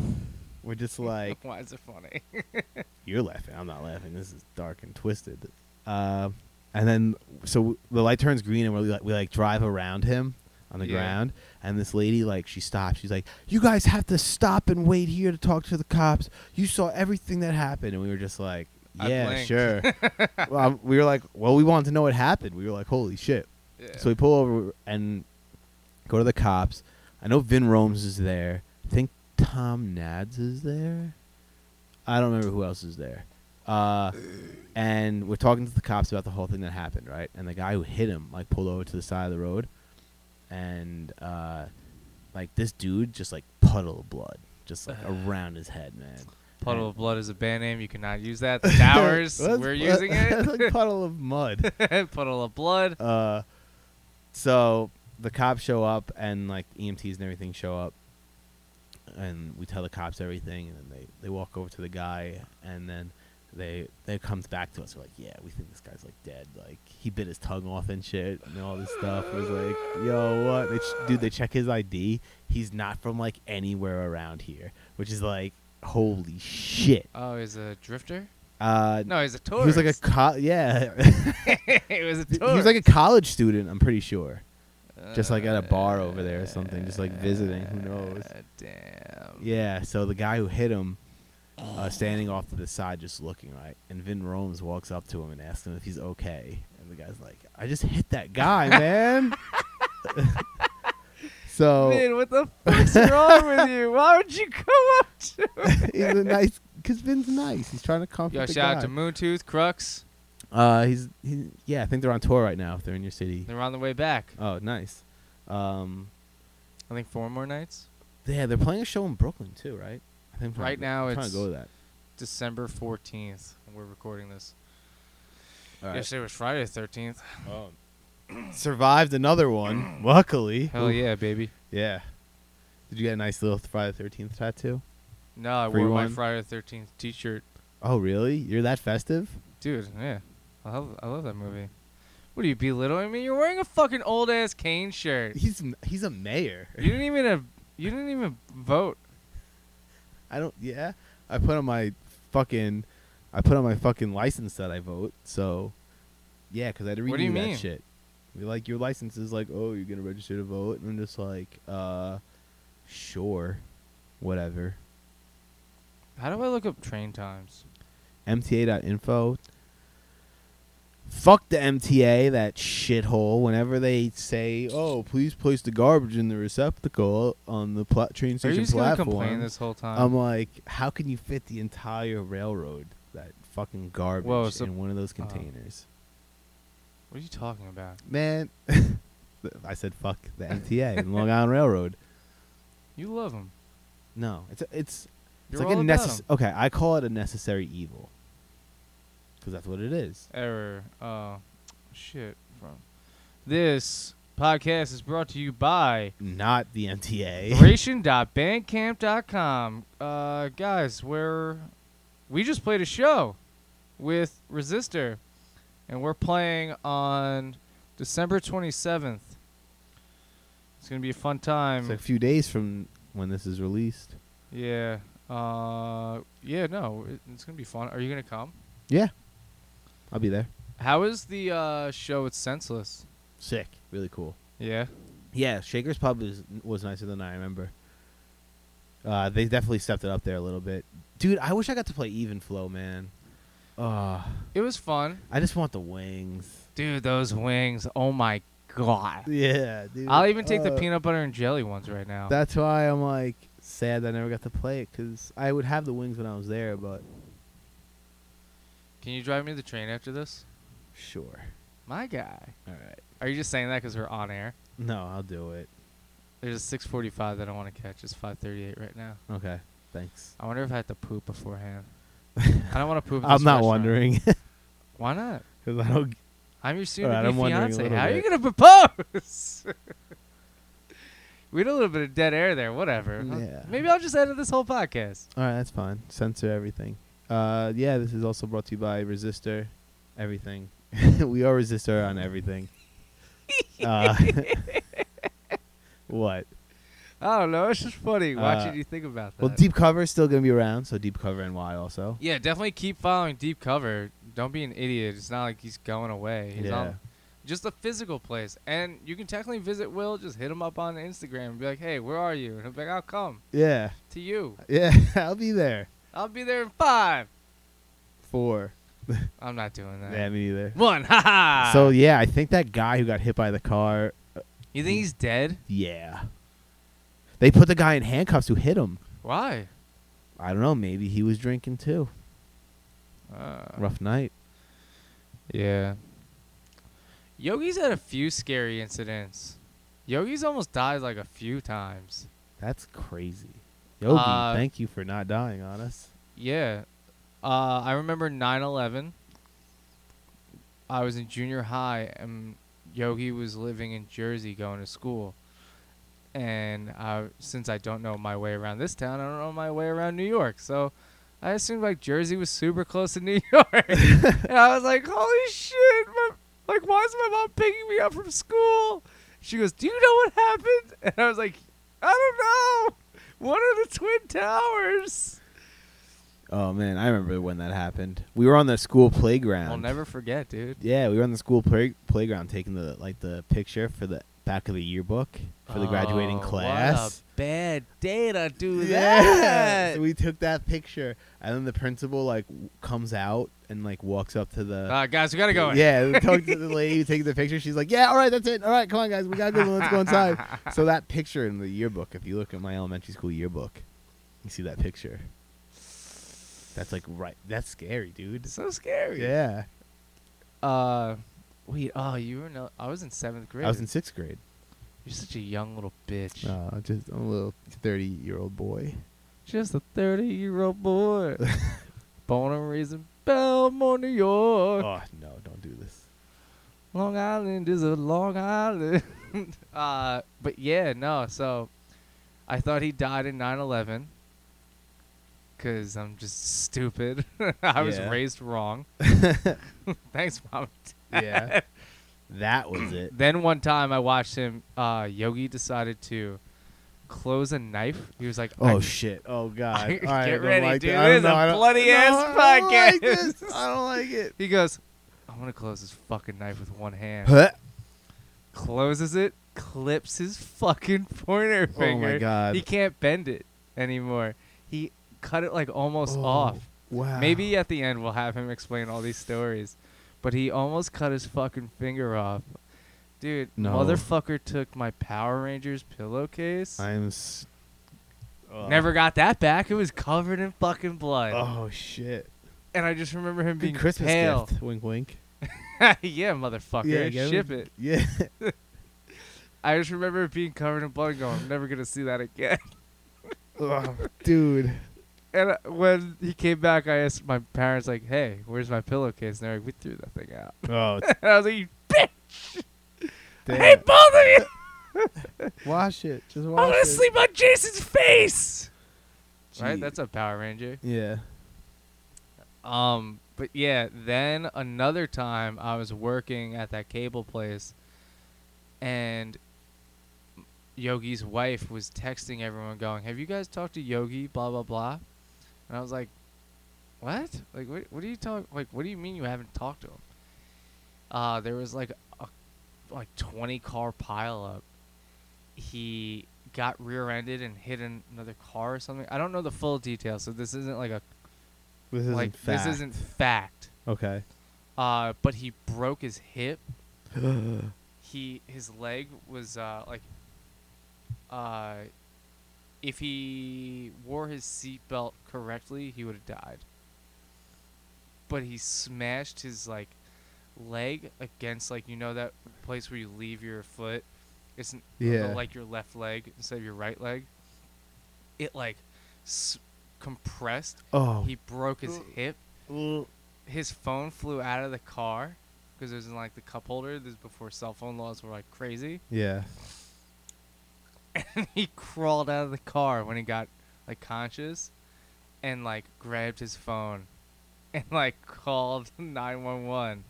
Speaker 2: We're just like,
Speaker 1: Why is it funny?
Speaker 2: you're laughing. I'm not laughing. This is dark and twisted. Uh, and then, so the light turns green and we like, we like drive around him on the
Speaker 1: Yeah.
Speaker 2: ground. And this lady, like, she stops. She's like, "You guys have to stop and wait here to talk to the cops. You saw everything that happened." And we were just like,
Speaker 1: I
Speaker 2: "Yeah,
Speaker 1: blinked.
Speaker 2: sure." well, I'm- we were like, "Well, we wanted to know what happened." We were like, "Holy shit!"
Speaker 1: Yeah.
Speaker 2: So we pull over and go to the cops. I know Vin Romes is there. I think Tom Nads is there. I don't remember who else is there. Uh, and we're talking to the cops about the whole thing that happened, right? And the guy who hit him like pulled over to the side of the road, and uh, like this dude just like puddle of blood just like around his head, man.
Speaker 1: Puddle of Blood is a band name. You cannot use that. The Towers,
Speaker 2: That's
Speaker 1: we're
Speaker 2: pu-
Speaker 1: using
Speaker 2: that's like
Speaker 1: it.
Speaker 2: puddle of mud.
Speaker 1: Puddle of Blood.
Speaker 2: Uh, so the cops show up and like EMTs and everything show up, and we tell the cops everything, and then they they walk over to the guy, and then they they comes back to us. We're like, yeah, we think this guy's like dead. Like he bit his tongue off and shit and all this stuff. It was like, yo, what? They ch- dude, they check his ID. He's not from like anywhere around here, which is like, holy shit.
Speaker 1: Oh, he's a drifter?
Speaker 2: Uh,
Speaker 1: No, he's a
Speaker 2: he was
Speaker 1: tourist.
Speaker 2: like a co- yeah.
Speaker 1: he was a
Speaker 2: he
Speaker 1: tourist.
Speaker 2: was like a college student. I'm pretty sure. just like at a bar over there or something, just like visiting. Who knows?
Speaker 1: Uh, Damn.
Speaker 2: Yeah. So the guy who hit him, uh, standing off to the side, just looking right, and Vin Romes walks up to him and asks him if he's okay, and the guy's like, "I just hit that guy, man." so
Speaker 1: Man, what the fuck's wrong with you? Why would you come up to
Speaker 2: he's a nice, cause Vin's nice. He's trying to comfort
Speaker 1: Yo,
Speaker 2: the
Speaker 1: shout
Speaker 2: guy.
Speaker 1: out to Moontooth, Crux.
Speaker 2: uh, he's, he, yeah, I think they're on tour right now. If they're in your city.
Speaker 1: They're on the way back.
Speaker 2: Oh, nice. Um,
Speaker 1: I think four more nights.
Speaker 2: yeah, they're playing a show in Brooklyn too, right? I think I'm trying
Speaker 1: Right
Speaker 2: to-
Speaker 1: now
Speaker 2: I'm trying
Speaker 1: it's-
Speaker 2: to go to that.
Speaker 1: December 14th when we're recording this.
Speaker 2: All right.
Speaker 1: Yesterday was Friday the 13th.
Speaker 2: Survived another one, luckily.
Speaker 1: Hell yeah, baby.
Speaker 2: Yeah. Did you get a nice little Friday the 13th tattoo?
Speaker 1: No, I
Speaker 2: Free
Speaker 1: wore my
Speaker 2: one?
Speaker 1: Friday the 13th t shirt.
Speaker 2: Oh, really? You're that festive?
Speaker 1: Dude, yeah. I love, I love that movie. What are you belittling me? You're wearing a fucking old ass Kane shirt.
Speaker 2: He's he's a mayor.
Speaker 1: You didn't even have, you didn't even vote.
Speaker 2: I don't yeah. I put on my fucking I put on my fucking license that I vote. So yeah, cuz I had to redo
Speaker 1: What do you
Speaker 2: that
Speaker 1: mean?
Speaker 2: shit. You're Like your license is like, "Oh, you're going to register to vote." And I'm just like, "Uh sure. Whatever."
Speaker 1: How do I look up train times?
Speaker 2: MTA.info. Fuck the MTA, that shithole. Whenever they say, "Oh, please place the garbage in the receptacle on the pla- train
Speaker 1: Are
Speaker 2: station
Speaker 1: you just gonna complain
Speaker 2: platform,"
Speaker 1: this whole time?
Speaker 2: I'm like, "How can you fit the entire railroad, that fucking garbage,
Speaker 1: Whoa, so- uh,
Speaker 2: in one of those containers?"
Speaker 1: what are you talking about?
Speaker 2: Man, I said, "Fuck the MTA and Long Island Railroad."
Speaker 1: You love them.
Speaker 2: No, it's it's it's
Speaker 1: You're
Speaker 2: like
Speaker 1: all
Speaker 2: a
Speaker 1: about
Speaker 2: necessary.
Speaker 1: 'em.
Speaker 2: Okay, I call it a necessary evil because that's what it is.
Speaker 1: Error. Uh, shit. From this podcast is brought to you by
Speaker 2: Not the MTA.
Speaker 1: Ration.bandcamp.com. Uh, guys, we're we just played a show with Resistor, and we're playing on December 27th. It's gonna be a fun time.
Speaker 2: It's like a few days from when this is released.
Speaker 1: Yeah. Uh, yeah. No, it- it's gonna be fun. Are you gonna come?
Speaker 2: Yeah. I'll be there.
Speaker 1: How is the uh, show? It's senseless.
Speaker 2: Sick. Really cool.
Speaker 1: Yeah.
Speaker 2: Yeah, Shaker's Pub is, was nicer than I remember. Uh, they definitely stepped it up there a little bit. Dude, I wish I got to play Even Flow, man. Uh,
Speaker 1: It was fun.
Speaker 2: I just want the wings.
Speaker 1: Dude, those wings. Oh my god.
Speaker 2: Yeah, dude.
Speaker 1: I'll even take the
Speaker 2: Uh,
Speaker 1: peanut butter and jelly ones right now.
Speaker 2: That's why I'm like sad that I never got to play it because I would have the wings when I was there, but
Speaker 1: Can you drive me to the train after this?
Speaker 2: sure.
Speaker 1: My guy.
Speaker 2: All right.
Speaker 1: Are you just saying that because we're on air?
Speaker 2: No, I'll do it.
Speaker 1: There's a 645 that I want to catch. It's 538 right now.
Speaker 2: Okay. Thanks.
Speaker 1: I wonder if I had to poop beforehand. I don't want to poop. in
Speaker 2: I'm
Speaker 1: this
Speaker 2: not
Speaker 1: restaurant.
Speaker 2: wondering
Speaker 1: Why not?
Speaker 2: 'cause I don't
Speaker 1: I'm your soon
Speaker 2: Alright,
Speaker 1: to
Speaker 2: I'm
Speaker 1: be
Speaker 2: wondering a
Speaker 1: fiance.
Speaker 2: little
Speaker 1: How are you
Speaker 2: bit.
Speaker 1: gonna propose? we had a little bit of dead air there. Whatever. I'll-
Speaker 2: Yeah.
Speaker 1: Maybe I'll just edit this whole podcast.
Speaker 2: All right, that's fine. Censor everything. Uh, yeah, this is also brought to you by Resistor. Everything. we are Resistor on everything. uh, what?
Speaker 1: I don't know. It's just funny watching
Speaker 2: Uh,
Speaker 1: you think about that.
Speaker 2: Well, Deep Cover is still going to be around, so Deep Cover NY also.
Speaker 1: Yeah, definitely keep following Deep Cover. Don't be an idiot. It's not like he's going away. He's
Speaker 2: yeah.
Speaker 1: on just a physical place. And you can technically visit Will. Just hit him up on Instagram and be like, "Hey, where are you?" And he'll be like, "I'll come
Speaker 2: Yeah,
Speaker 1: to you.
Speaker 2: yeah, I'll be there.
Speaker 1: I'll be there in five.
Speaker 2: Four.
Speaker 1: I'm not doing that.
Speaker 2: Yeah, me either.
Speaker 1: One, ha ha.
Speaker 2: So yeah, I think that guy who got hit by the car.
Speaker 1: you think he's dead?
Speaker 2: Yeah. They put the guy in handcuffs who hit him.
Speaker 1: Why?
Speaker 2: I don't know. Maybe he was drinking too.
Speaker 1: Uh,
Speaker 2: Rough night.
Speaker 1: Yeah. Yogi's had a few scary incidents. Yogi's almost died like a few times.
Speaker 2: That's crazy. Yogi,
Speaker 1: Uh,
Speaker 2: thank you for not dying on us.
Speaker 1: Yeah. Uh, I remember 9 11. I was in junior high, and Yogi was living in Jersey going to school. And uh, since I don't know my way around this town, I don't know my way around New York. So I assumed like Jersey was super close to New York. and I was like, holy shit. My, like, why is my mom picking me up from school? She goes, do you know what happened? And I was like, I don't know. One of the Twin Towers.
Speaker 2: Oh man, I remember when that happened. We were on the school playground.
Speaker 1: I'll never forget, dude.
Speaker 2: Yeah, we were on the school play- playground taking the like the picture for the back of the yearbook for the graduating
Speaker 1: Oh,
Speaker 2: class.
Speaker 1: What a bad day to do
Speaker 2: Yeah,
Speaker 1: that.
Speaker 2: so we took that picture, and then the principal like w- comes out and like walks up to the.
Speaker 1: Uh, guys, we gotta go. in.
Speaker 2: Yeah, we talked to the lady who taking the picture. She's like, "Yeah, all right, that's it. All right, come on, guys, we gotta go. Let's go inside." so that picture in the yearbook, if you look at my elementary school yearbook, you see that picture. That's like right. That's scary, dude.
Speaker 1: It's so scary.
Speaker 2: Yeah,
Speaker 1: Uh, wait. Oh, you were in. el- I was in seventh grade.
Speaker 2: I was in sixth grade.
Speaker 1: You're such a young little bitch.
Speaker 2: Uh, just a little thirty-year-old boy.
Speaker 1: Just a thirty-year-old boy. Born and raised in Belmont, New York.
Speaker 2: Oh no, don't do this.
Speaker 1: Long Island is a Long Island. uh, but yeah, no. So I thought he died in 9 11 because I'm just stupid. I was
Speaker 2: Yeah.
Speaker 1: raised wrong. Thanks, Mom.
Speaker 2: yeah, that was it.
Speaker 1: Then one time I watched him, uh, Yogi decided to close a knife. He was like, I-
Speaker 2: Oh shit! Oh god!
Speaker 1: I-
Speaker 2: All right,
Speaker 1: get
Speaker 2: I don't
Speaker 1: ready,
Speaker 2: like
Speaker 1: dude.
Speaker 2: It. I don't
Speaker 1: This is
Speaker 2: know.
Speaker 1: a
Speaker 2: I don't-
Speaker 1: bloody
Speaker 2: no,
Speaker 1: ass
Speaker 2: I don't like
Speaker 1: podcast.
Speaker 2: this. I don't like it.
Speaker 1: He goes, I'm going to close this fucking knife with one hand.
Speaker 2: Huh?
Speaker 1: Closes it, clips his fucking pointer
Speaker 2: Oh
Speaker 1: finger.
Speaker 2: my god!
Speaker 1: He can't bend it anymore. He cut it like almost
Speaker 2: Oh,
Speaker 1: off.
Speaker 2: Wow.
Speaker 1: Maybe at the end we'll have him explain all these stories. But he almost cut his fucking finger off. Dude,
Speaker 2: No.
Speaker 1: motherfucker took my Power Rangers pillowcase.
Speaker 2: I'm. S- Ugh.
Speaker 1: Never got that back. It was covered in fucking blood.
Speaker 2: Oh shit!
Speaker 1: And I just remember him being
Speaker 2: Good Christmas
Speaker 1: pale.
Speaker 2: gift. Wink, wink.
Speaker 1: yeah, motherfucker.
Speaker 2: get
Speaker 1: ship it.
Speaker 2: Yeah.
Speaker 1: I just remember it being covered in blood and going, I'm never going to see that again.
Speaker 2: Ugh, Oh, dude.
Speaker 1: And uh, when he came back, I asked my parents, like, hey, where's my pillowcase? And they're like, we threw that thing out.
Speaker 2: Oh
Speaker 1: And I was like, you bitch! I
Speaker 2: damn.
Speaker 1: hate
Speaker 2: it.
Speaker 1: both of you!
Speaker 2: Wash it. Just wash
Speaker 1: I'm gonna
Speaker 2: it.
Speaker 1: sleep on Jason's face! Right?
Speaker 2: Gee.
Speaker 1: That's a Power Ranger.
Speaker 2: Yeah.
Speaker 1: Um, but yeah, then another time I was working at that cable place and Yogi's wife was texting everyone going, "Have you guys talked to Yogi blah blah blah?" And I was like, "What? Like what what are you talk like what do you mean you haven't talked to him?" Uh there was like a like 20 car pileup. He got rear-ended and hit an- another car or something. I don't know the full details, so this isn't like a
Speaker 2: This isn't
Speaker 1: like
Speaker 2: fact.
Speaker 1: this isn't fact.
Speaker 2: Okay.
Speaker 1: Uh, but he broke his hip. He his leg was uh, like uh, if he wore his seatbelt correctly, he would have died. But he smashed his like leg against like you know that place where you leave your foot. It's n- the-
Speaker 2: Yeah.
Speaker 1: like your left leg instead of your right leg. It like s- compressed.
Speaker 2: oh.
Speaker 1: He broke his
Speaker 2: Ugh.
Speaker 1: hip his phone flew out of the car because it was in like the cup holder. This is before cell phone laws were like crazy.
Speaker 2: yeah.
Speaker 1: he crawled out of the car when he got like conscious, and like grabbed his phone, and like called nine one one,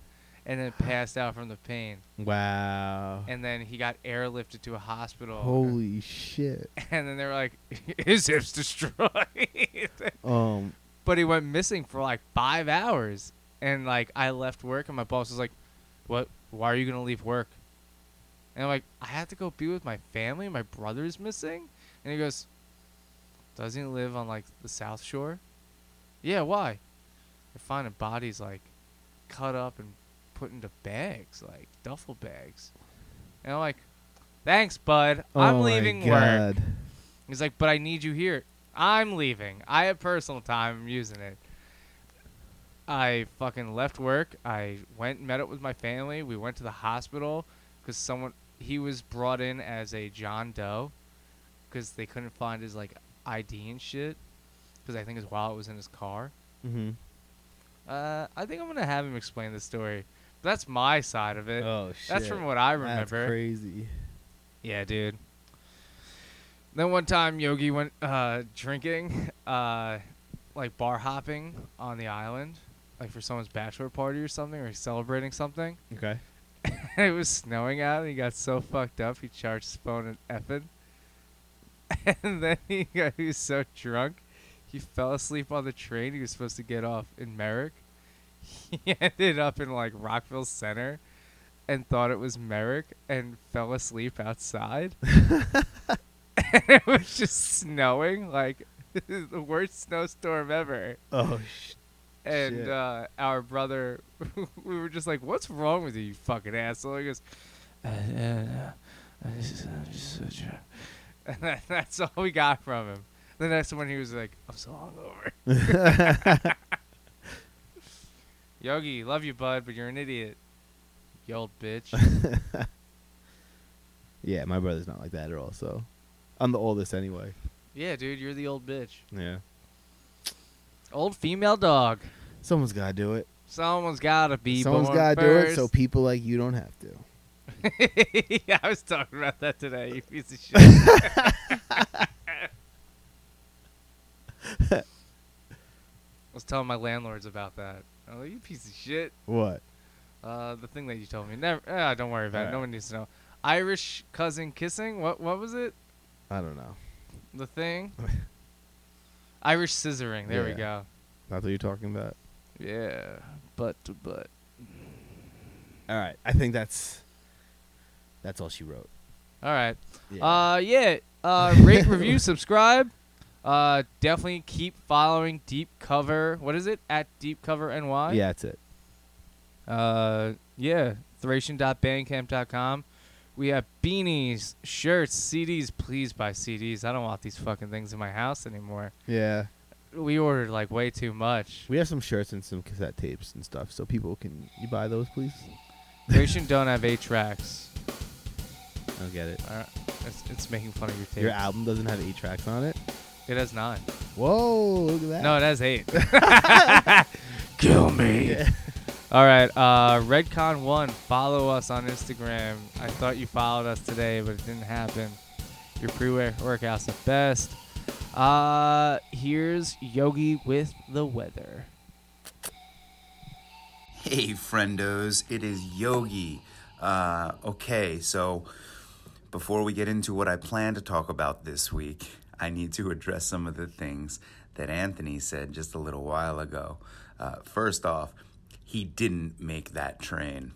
Speaker 1: and then passed out from the pain.
Speaker 2: Wow.
Speaker 1: And then he got airlifted to a hospital.
Speaker 2: Holy shit.
Speaker 1: And then they were like, his hip's destroyed.
Speaker 2: Um.
Speaker 1: but he went missing for like five hours and like i left work and my boss was like what why are you gonna leave work? And I'm like, I have to go be with my family. My brother's missing. And he goes, doesn't he live on like the South Shore? Yeah, why? They're finding bodies like cut up and put into bags, like duffel bags. And I'm like, thanks, bud.
Speaker 2: oh
Speaker 1: I'm leaving work. He's like, but I need you here. I'm leaving. I have personal time. I'm using it. I fucking left work. I went and met up with my family. We went to the hospital because someone he was brought in as a John Doe because they couldn't find his like ID and shit because I think his wallet was in his car.
Speaker 2: Mm-hmm.
Speaker 1: Uh, I think I'm gonna have him explain the story. That's my side of it.
Speaker 2: Oh shit.
Speaker 1: That's from what I
Speaker 2: That's
Speaker 1: remember.
Speaker 2: crazy.
Speaker 1: Yeah, dude. Then one time Yogi went uh, drinking, uh, like bar hopping on the island, like for someone's bachelor party or something, or celebrating something.
Speaker 2: Okay.
Speaker 1: it was snowing out, and he got so fucked up he charged his phone and effing. And then he got he was so drunk, he fell asleep on the train. He was supposed to get off in Merrick. He ended up in like Rockville Center, and thought it was Merrick, and fell asleep outside. and it was just snowing, like the worst snowstorm ever
Speaker 2: Oh sh-
Speaker 1: and
Speaker 2: Shit.
Speaker 1: uh, our brother, we were just like, "What's wrong with you, you fucking asshole?" He goes, uh, uh, uh, this is- I'm just so drunk." and that, that's all we got from him. The next one, he was like, "I'm so hungover." Yogi, love you, bud, but you're an idiot, you old bitch.
Speaker 2: yeah, my brother's not like that at all. So, I'm the oldest anyway.
Speaker 1: yeah, dude, you're the old bitch,
Speaker 2: Yeah.
Speaker 1: old female dog.
Speaker 2: Someone's gotta do it.
Speaker 1: Someone's gotta be.
Speaker 2: Someone's
Speaker 1: born
Speaker 2: gotta do it,
Speaker 1: first.
Speaker 2: so people like you don't have to.
Speaker 1: yeah, I was talking about that today. You piece of shit. I was telling my landlords about that. Oh, you piece of shit.
Speaker 2: What?
Speaker 1: Uh, the thing that you told me. Never. Ah, don't worry about it. No
Speaker 2: Alright.
Speaker 1: one needs to know. Irish cousin kissing. What? What was it?
Speaker 2: I don't know.
Speaker 1: The thing. Irish scissoring. There we
Speaker 2: Yeah.
Speaker 1: go.
Speaker 2: That's what you're talking about.
Speaker 1: Yeah, butt to butt.
Speaker 2: All right. I think that's that's all she wrote.
Speaker 1: All right.
Speaker 2: Yeah.
Speaker 1: Uh, yeah. Uh, rate, review, subscribe. Uh, definitely keep following Deep Cover. What is it? At Deep Cover NY.
Speaker 2: yeah, that's it.
Speaker 1: Uh, yeah. Thracian.bandcamp.com. We have beanies, shirts, CDs. Please buy CDs. I don't want these fucking things in my house anymore.
Speaker 2: Yeah.
Speaker 1: We ordered like way too much.
Speaker 2: We have some shirts and some cassette tapes and stuff, so people can you buy those, please?
Speaker 1: Thracian don't have eight tracks.
Speaker 2: I don't get it.
Speaker 1: Uh, it's, it's making fun of your tape.
Speaker 2: Your album doesn't have eight tracks on it.
Speaker 1: It has nine.
Speaker 2: Whoa! Look at that.
Speaker 1: No, it has eight. Kill me. All right, uh, Redcon One. Follow us on Instagram. I thought you followed us today, but it didn't happen. Your pre-workout's the best. Uh, here's Yogi with the weather.
Speaker 3: Hey, friendos, it is Yogi. Uh, okay, so before we get into what I plan to talk about this week, I need to address some of the things that Anthony said just a little while ago. Uh, first off, he didn't make that train.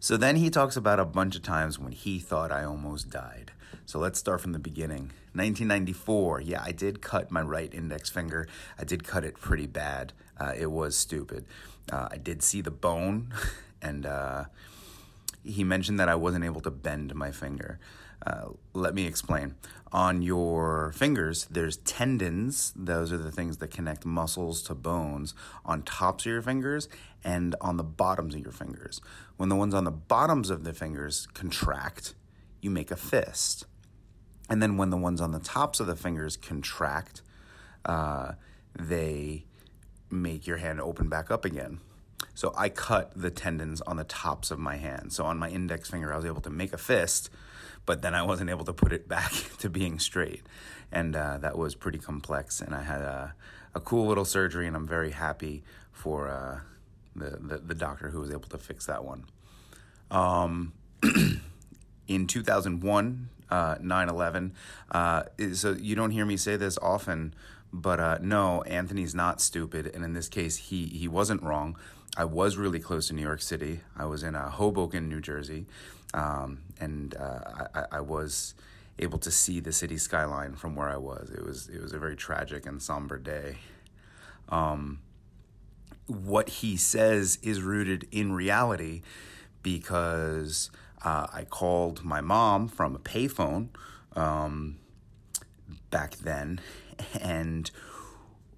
Speaker 3: So then he talks about a bunch of times when he thought I almost died. So let's start from the beginning. 1994. Yeah, I did cut my right index finger. I did cut it pretty bad. Uh, it was stupid. Uh, I did see the bone, and uh, he mentioned that I wasn't able to bend my finger. Uh, let me explain. On your fingers, there's tendons. Those are the things that connect muscles to bones on tops of your fingers and on the bottoms of your fingers. When the ones on the bottoms of the fingers contract, you make a fist. And then when the ones on the tops of the fingers contract, uh, they make your hand open back up again. So I cut the tendons on the tops of my hand. So on my index finger, I was able to make a fist, but then I wasn't able to put it back to being straight. And uh, that was pretty complex. And I had a, a cool little surgery, and I'm very happy for uh, the, the, the doctor who was able to fix that one. in 2001, uh, 9 11. Uh, is- so you don't hear me say this often, But uh, no, Anthony's not stupid, and in this case, he he wasn't wrong. I was really close to New York City. I was in uh, Hoboken, New Jersey, um, and uh, I, I- I was able to see the city skyline from where I was. It was it was a very tragic and somber day what he says is rooted in reality because uh, I called my mom from a payphone um, back then, and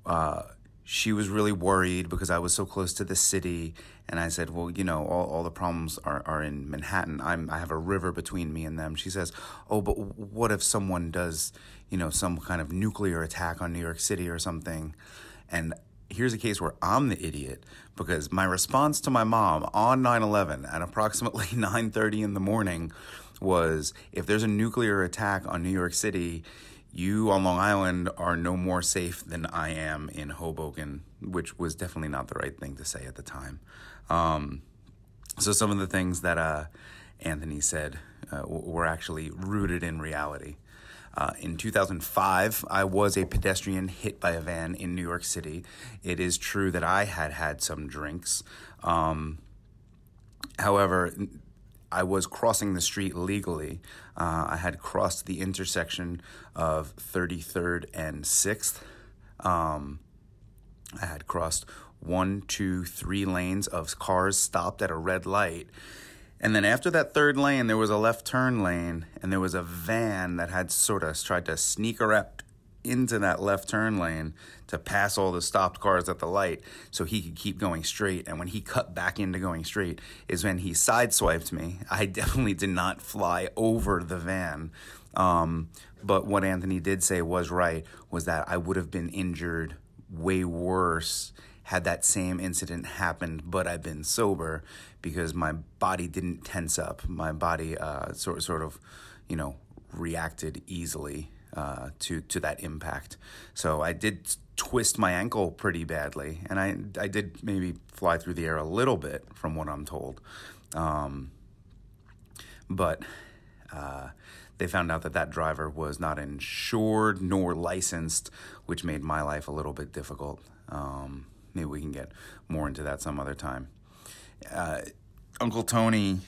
Speaker 3: uh, she was really worried because I was so close to the city. And I said, Well, you know, all, all the problems are, are in Manhattan. I'm, I have a river between me and them. She says, Oh, but what if someone does, you know, some kind of nuclear attack on New York City or something? And here's a case where I'm the idiot because my response to my mom on 9/11 at approximately 9:30 in the morning was if there's a nuclear attack on New York City, you on Long Island are no more safe than I am in Hoboken, which was definitely not the right thing to say at the time. Um, so some of the things that uh, Anthony said uh, w- were actually rooted in reality. Uh, in 2005, I was a pedestrian hit by a van in New York City. It is true that I had had some drinks. Um, however, n- I was crossing the street legally. Uh, I had crossed the intersection of 33rd and 6th. Um, I had crossed one, two, three lanes of cars stopped at a red light. And then after that third lane, there was a left turn lane, and there was a van that had sort of tried to sneak up into that left turn lane to pass all the stopped cars at the light so he could keep going straight. And when he cut back into going straight, is when he sideswiped me. I definitely did not fly over the van. Um, but what Anthony did say was right was that I would have been injured way worse had that same incident happened, but I've been sober because my body didn't tense up. My body uh, sort sort of, you know, reacted easily uh, to to that impact. So I did twist my ankle pretty badly, and I I did maybe fly through the air a little bit, from what I'm told. Um, but uh, they found out that that driver was not insured nor licensed, which made my life a little bit difficult. Um, maybe we can get more into that some other time. Uh, Uncle Tony,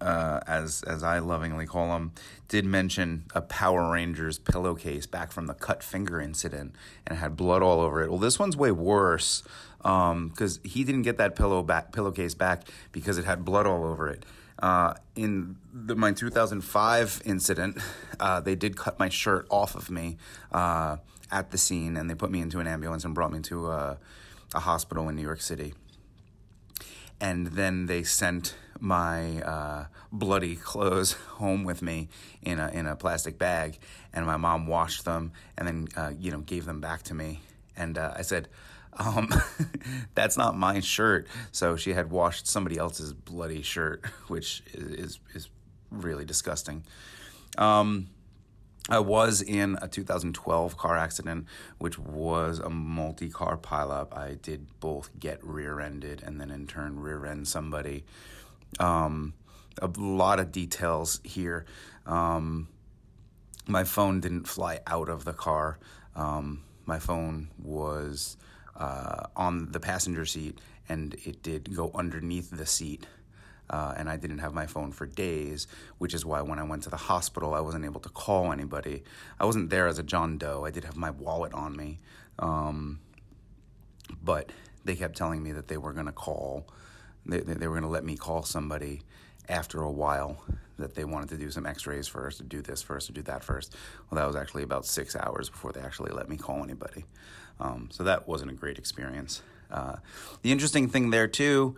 Speaker 3: uh, as as I lovingly call him, did mention a Power Rangers pillowcase back from the cut finger incident and had blood all over it. Well, this one's way worse because he didn't get that pillow back pillowcase back because it had blood all over it. Uh, in the, my 2005 incident, uh, they did cut my shirt off of me uh, at the scene, and they put me into an ambulance and brought me to a, a hospital in New York City and then they sent my uh, bloody clothes home with me in a in a plastic bag, and my mom washed them and then uh, you know gave them back to me, and uh, I said. Um, that's not my shirt. So she had washed somebody else's bloody shirt, which is is, is really disgusting. Um, I was in a 2012 car accident, which was a multi car pileup. I did both get rear ended and then in turn rear end somebody. Um, a lot of details here. Um, my phone didn't fly out of the car. Um, my phone was uh, on the passenger seat and it did go underneath the seat. Uh, and I didn't have my phone for days, which is why when I went to the hospital, I wasn't able to call anybody. I wasn't there as a John Doe. I did have my wallet on me. Um, but they kept telling me that they were going to call they, they, they were going to let me call somebody after a while that they wanted to do some x-rays first to do this first to do that first well that was actually about six hours before they actually let me call anybody um, so that wasn't a great experience uh, the interesting thing there too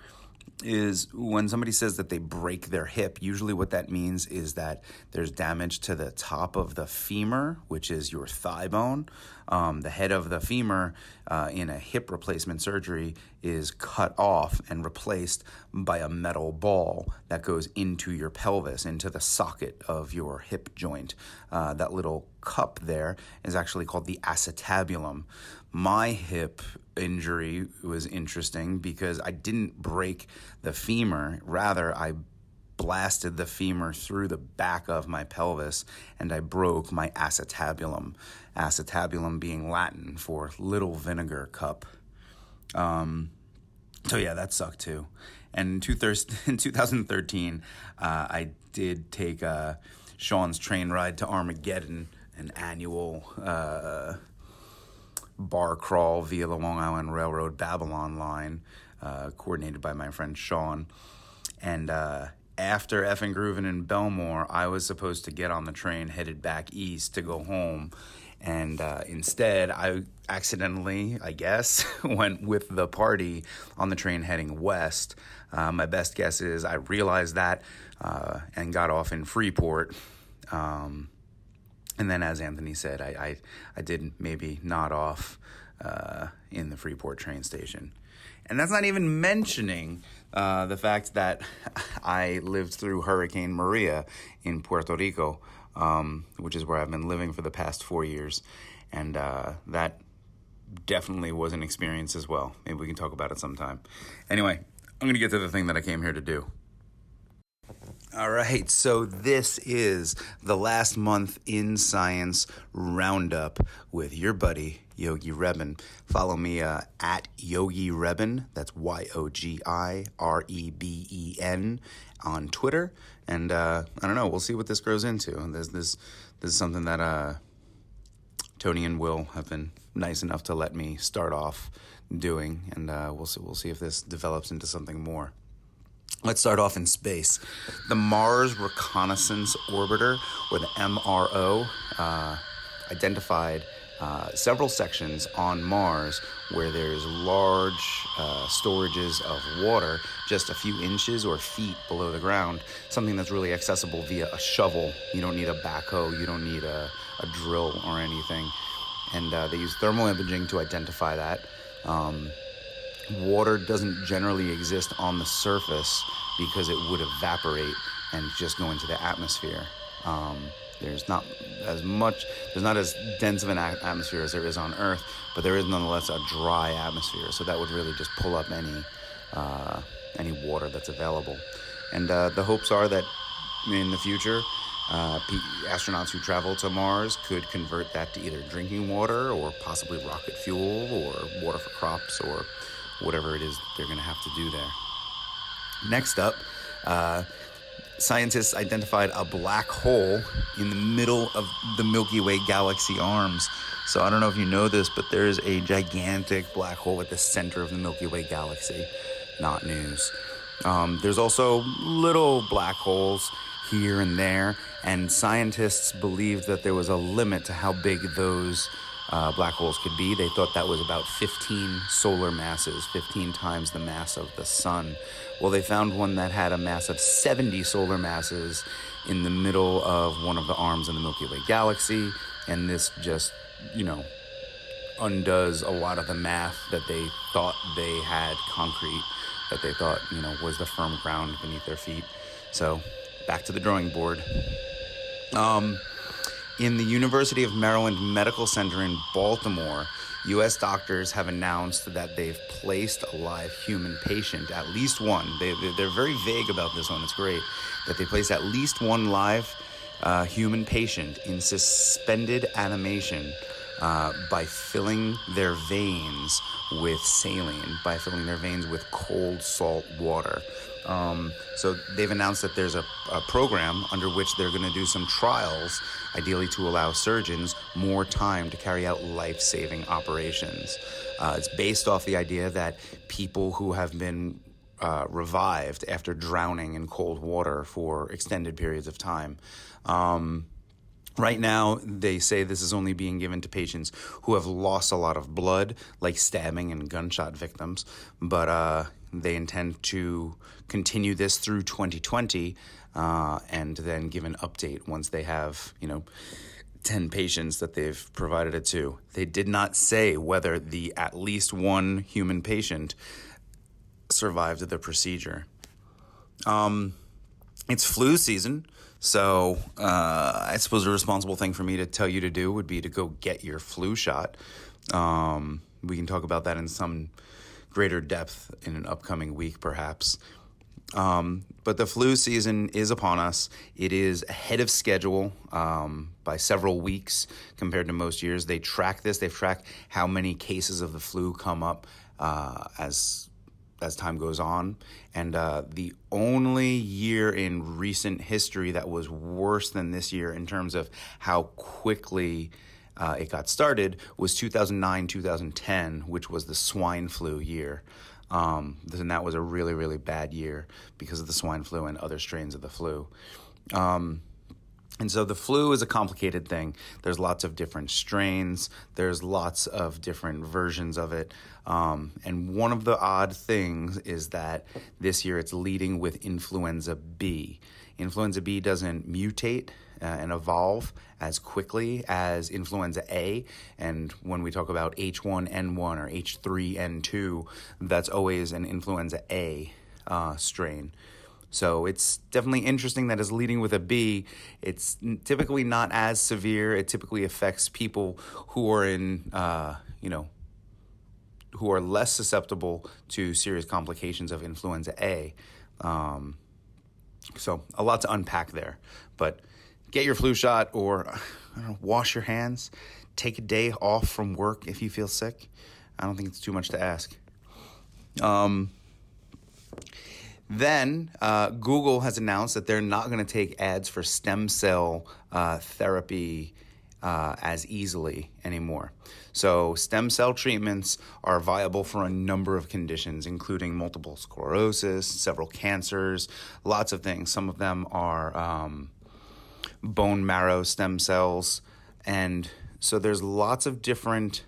Speaker 3: is when somebody says that they break their hip usually what that means is that there's damage to the top of the femur which is your thigh bone um, the head of the femur uh, in a hip replacement surgery is cut off and replaced by a metal ball that goes into your pelvis into the socket of your hip joint uh, that little cup there is actually called the acetabulum my hip injury was interesting because I didn't break the femur. Rather, I blasted the femur through the back of my pelvis, and I broke my acetabulum, acetabulum being Latin for little vinegar cup. Um, so yeah, that sucked too. And in, two thurs- in 2013, uh, I did take uh, Sean's train ride to Armageddon, an annual uh, bar crawl via the Long Island Railroad Babylon line, uh, coordinated by my friend Sean. And uh, after effing grooving in Belmore, I was supposed to get on the train headed back east to go home. And uh, instead, I accidentally, I guess, went with the party on the train heading west. Uh, my best guess is I realized that uh, and got off in Freeport. Um, and then, as Anthony said, I, I, I did maybe nod off uh, in the Freeport train station. And that's not even mentioning uh, the fact that I lived through Hurricane Maria in Puerto Rico, um, which is where I've been living for the past four years. And uh, that definitely was an experience as well. Maybe we can talk about it sometime. Anyway, I'm going to get to the thing that I came here to do. All right, so this is the last month in science roundup with your buddy Yogi Rebin. Follow me uh, at Yogi Rebin. That's Y O G I R E B E N on Twitter, and uh, I don't know. We'll see what this grows into. There's this. This is something that uh, Tony and Will have been nice enough to let me start off doing, and uh, we'll see. We'll see if this develops into something more. Let's start off in space. The Mars Reconnaissance Orbiter, or the MRO, uh, identified uh, several sections on Mars where there's large uh, storages of water just a few inches or feet below the ground, something that's really accessible via a shovel. You don't need a backhoe, you don't need a, a drill or anything. And uh, they use thermal imaging to identify that. Um, water doesn't generally exist on the surface because it would evaporate and just go into the atmosphere. Um, there's not as much, there's not as dense of an at- atmosphere as there is on Earth, but there is nonetheless a dry atmosphere. So that would really just pull up any uh, any water that's available. And uh, the hopes are that in the future, uh, pe- astronauts who travel to Mars could convert that to either drinking water or possibly rocket fuel or water for crops or whatever it is they're going to have to do there. Next up, uh, scientists identified a black hole in the middle of the Milky Way galaxy arms. So I don't know if you know this, but there is a gigantic black hole at the center of the Milky Way galaxy. Not news. Um, there's also little black holes here and there, and scientists believed that there was a limit to how big those uh, black holes could be. They thought that was about 15 solar masses, 15 times the mass of the sun. Well, they found one that had a mass of 70 solar masses in the middle of one of the arms in the Milky Way galaxy, and this just, you know, undoes a lot of the math that they thought they had concrete, that they thought, you know, was the firm ground beneath their feet. So, back to the drawing board. Um, in the University of Maryland Medical Center in Baltimore, U.S. doctors have announced that they've placed a live human patient, at least one. They, they- they're very vague about this one. It's great that they placed at least one live uh, human patient in suspended animation uh, by filling their veins with saline, by filling their veins with cold salt water. Um, so they've announced that there's a, a program under which they're going to do some trials, ideally to allow surgeons more time to carry out life saving operations. Uh, it's based off the idea that people who have been uh, revived after drowning in cold water for extended periods of time. Um, Right now, they say this is only being given to patients who have lost a lot of blood, like stabbing and gunshot victims, but uh, they intend to continue this through 2020 uh, and then give an update once they have, you know, 10 patients that they've provided it to. They did not say whether the at least one human patient survived the procedure it's flu season. So uh, I suppose a responsible thing for me to tell you to do would be to go get your flu shot. Um, we can talk about that in some greater depth in an upcoming week, perhaps. Um, but the flu season is upon us. It is ahead of schedule um, by several weeks compared to most years. They track this. They track how many cases of the flu come up uh, as as time goes on. And uh, the only year in recent history that was worse than this year in terms of how quickly uh, it got started was 2009 2010, which was the swine flu year. Um, and that was a really, really bad year because of the swine flu and other strains of the flu. Um, and so the flu is a complicated thing. There's lots of different strains, there's lots of different versions of it. Um, and one of the odd things is that this year it's leading with influenza B. Influenza B doesn't mutate uh, and evolve as quickly as influenza A. And when we talk about H1N1 or H3N2, that's always an influenza A uh, strain. So it's definitely interesting that it's leading with a B. It's n- typically not as severe. It typically affects people who are in, uh, you know, who are less susceptible to serious complications of influenza A. Um, so a lot to unpack there, but get your flu shot or I don't know, wash your hands. Take a day off from work if you feel sick. I don't think it's too much to ask. Um, then uh, Google has announced that they're not going to take ads for stem cell uh, therapy uh, as easily anymore. So, stem cell treatments are viable for a number of conditions, including multiple sclerosis, several cancers, lots of things. Some of them are um, bone marrow stem cells. And so, there's lots of different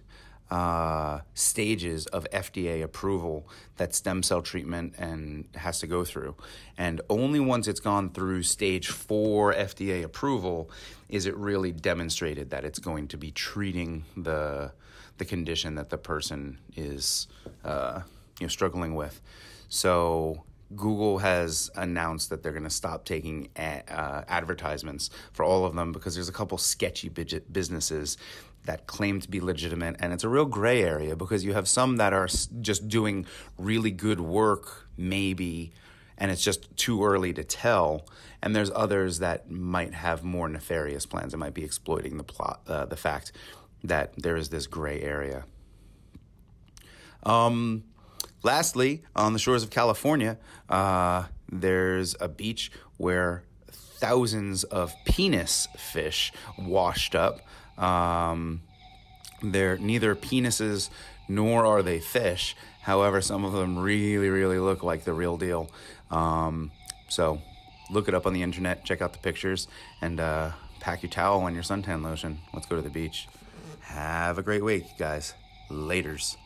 Speaker 3: uh, stages of FDA approval that stem cell treatment and has to go through. And only once it's gone through stage four FDA approval is it really demonstrated that it's going to be treating the the condition that the person is uh, you know struggling with. So Google has announced that they're going to stop taking a- uh, advertisements for all of them because there's a couple sketchy bidge- businesses that claim to be legitimate. And it's a real gray area because you have some that are s- just doing really good work, maybe, and it's just too early to tell. And there's others that might have more nefarious plans and might be exploiting the plot, uh, the fact that there is this gray area. Um, Lastly, on the shores of California, uh, there's a beach where thousands of penis fish washed up. Um, they're neither penises nor are they fish. However, some of them really, really look like the real deal. Um, so look it up on the internet, check out the pictures, and uh, pack your towel and your suntan lotion. Let's go to the beach. Have a great week, guys. Laters.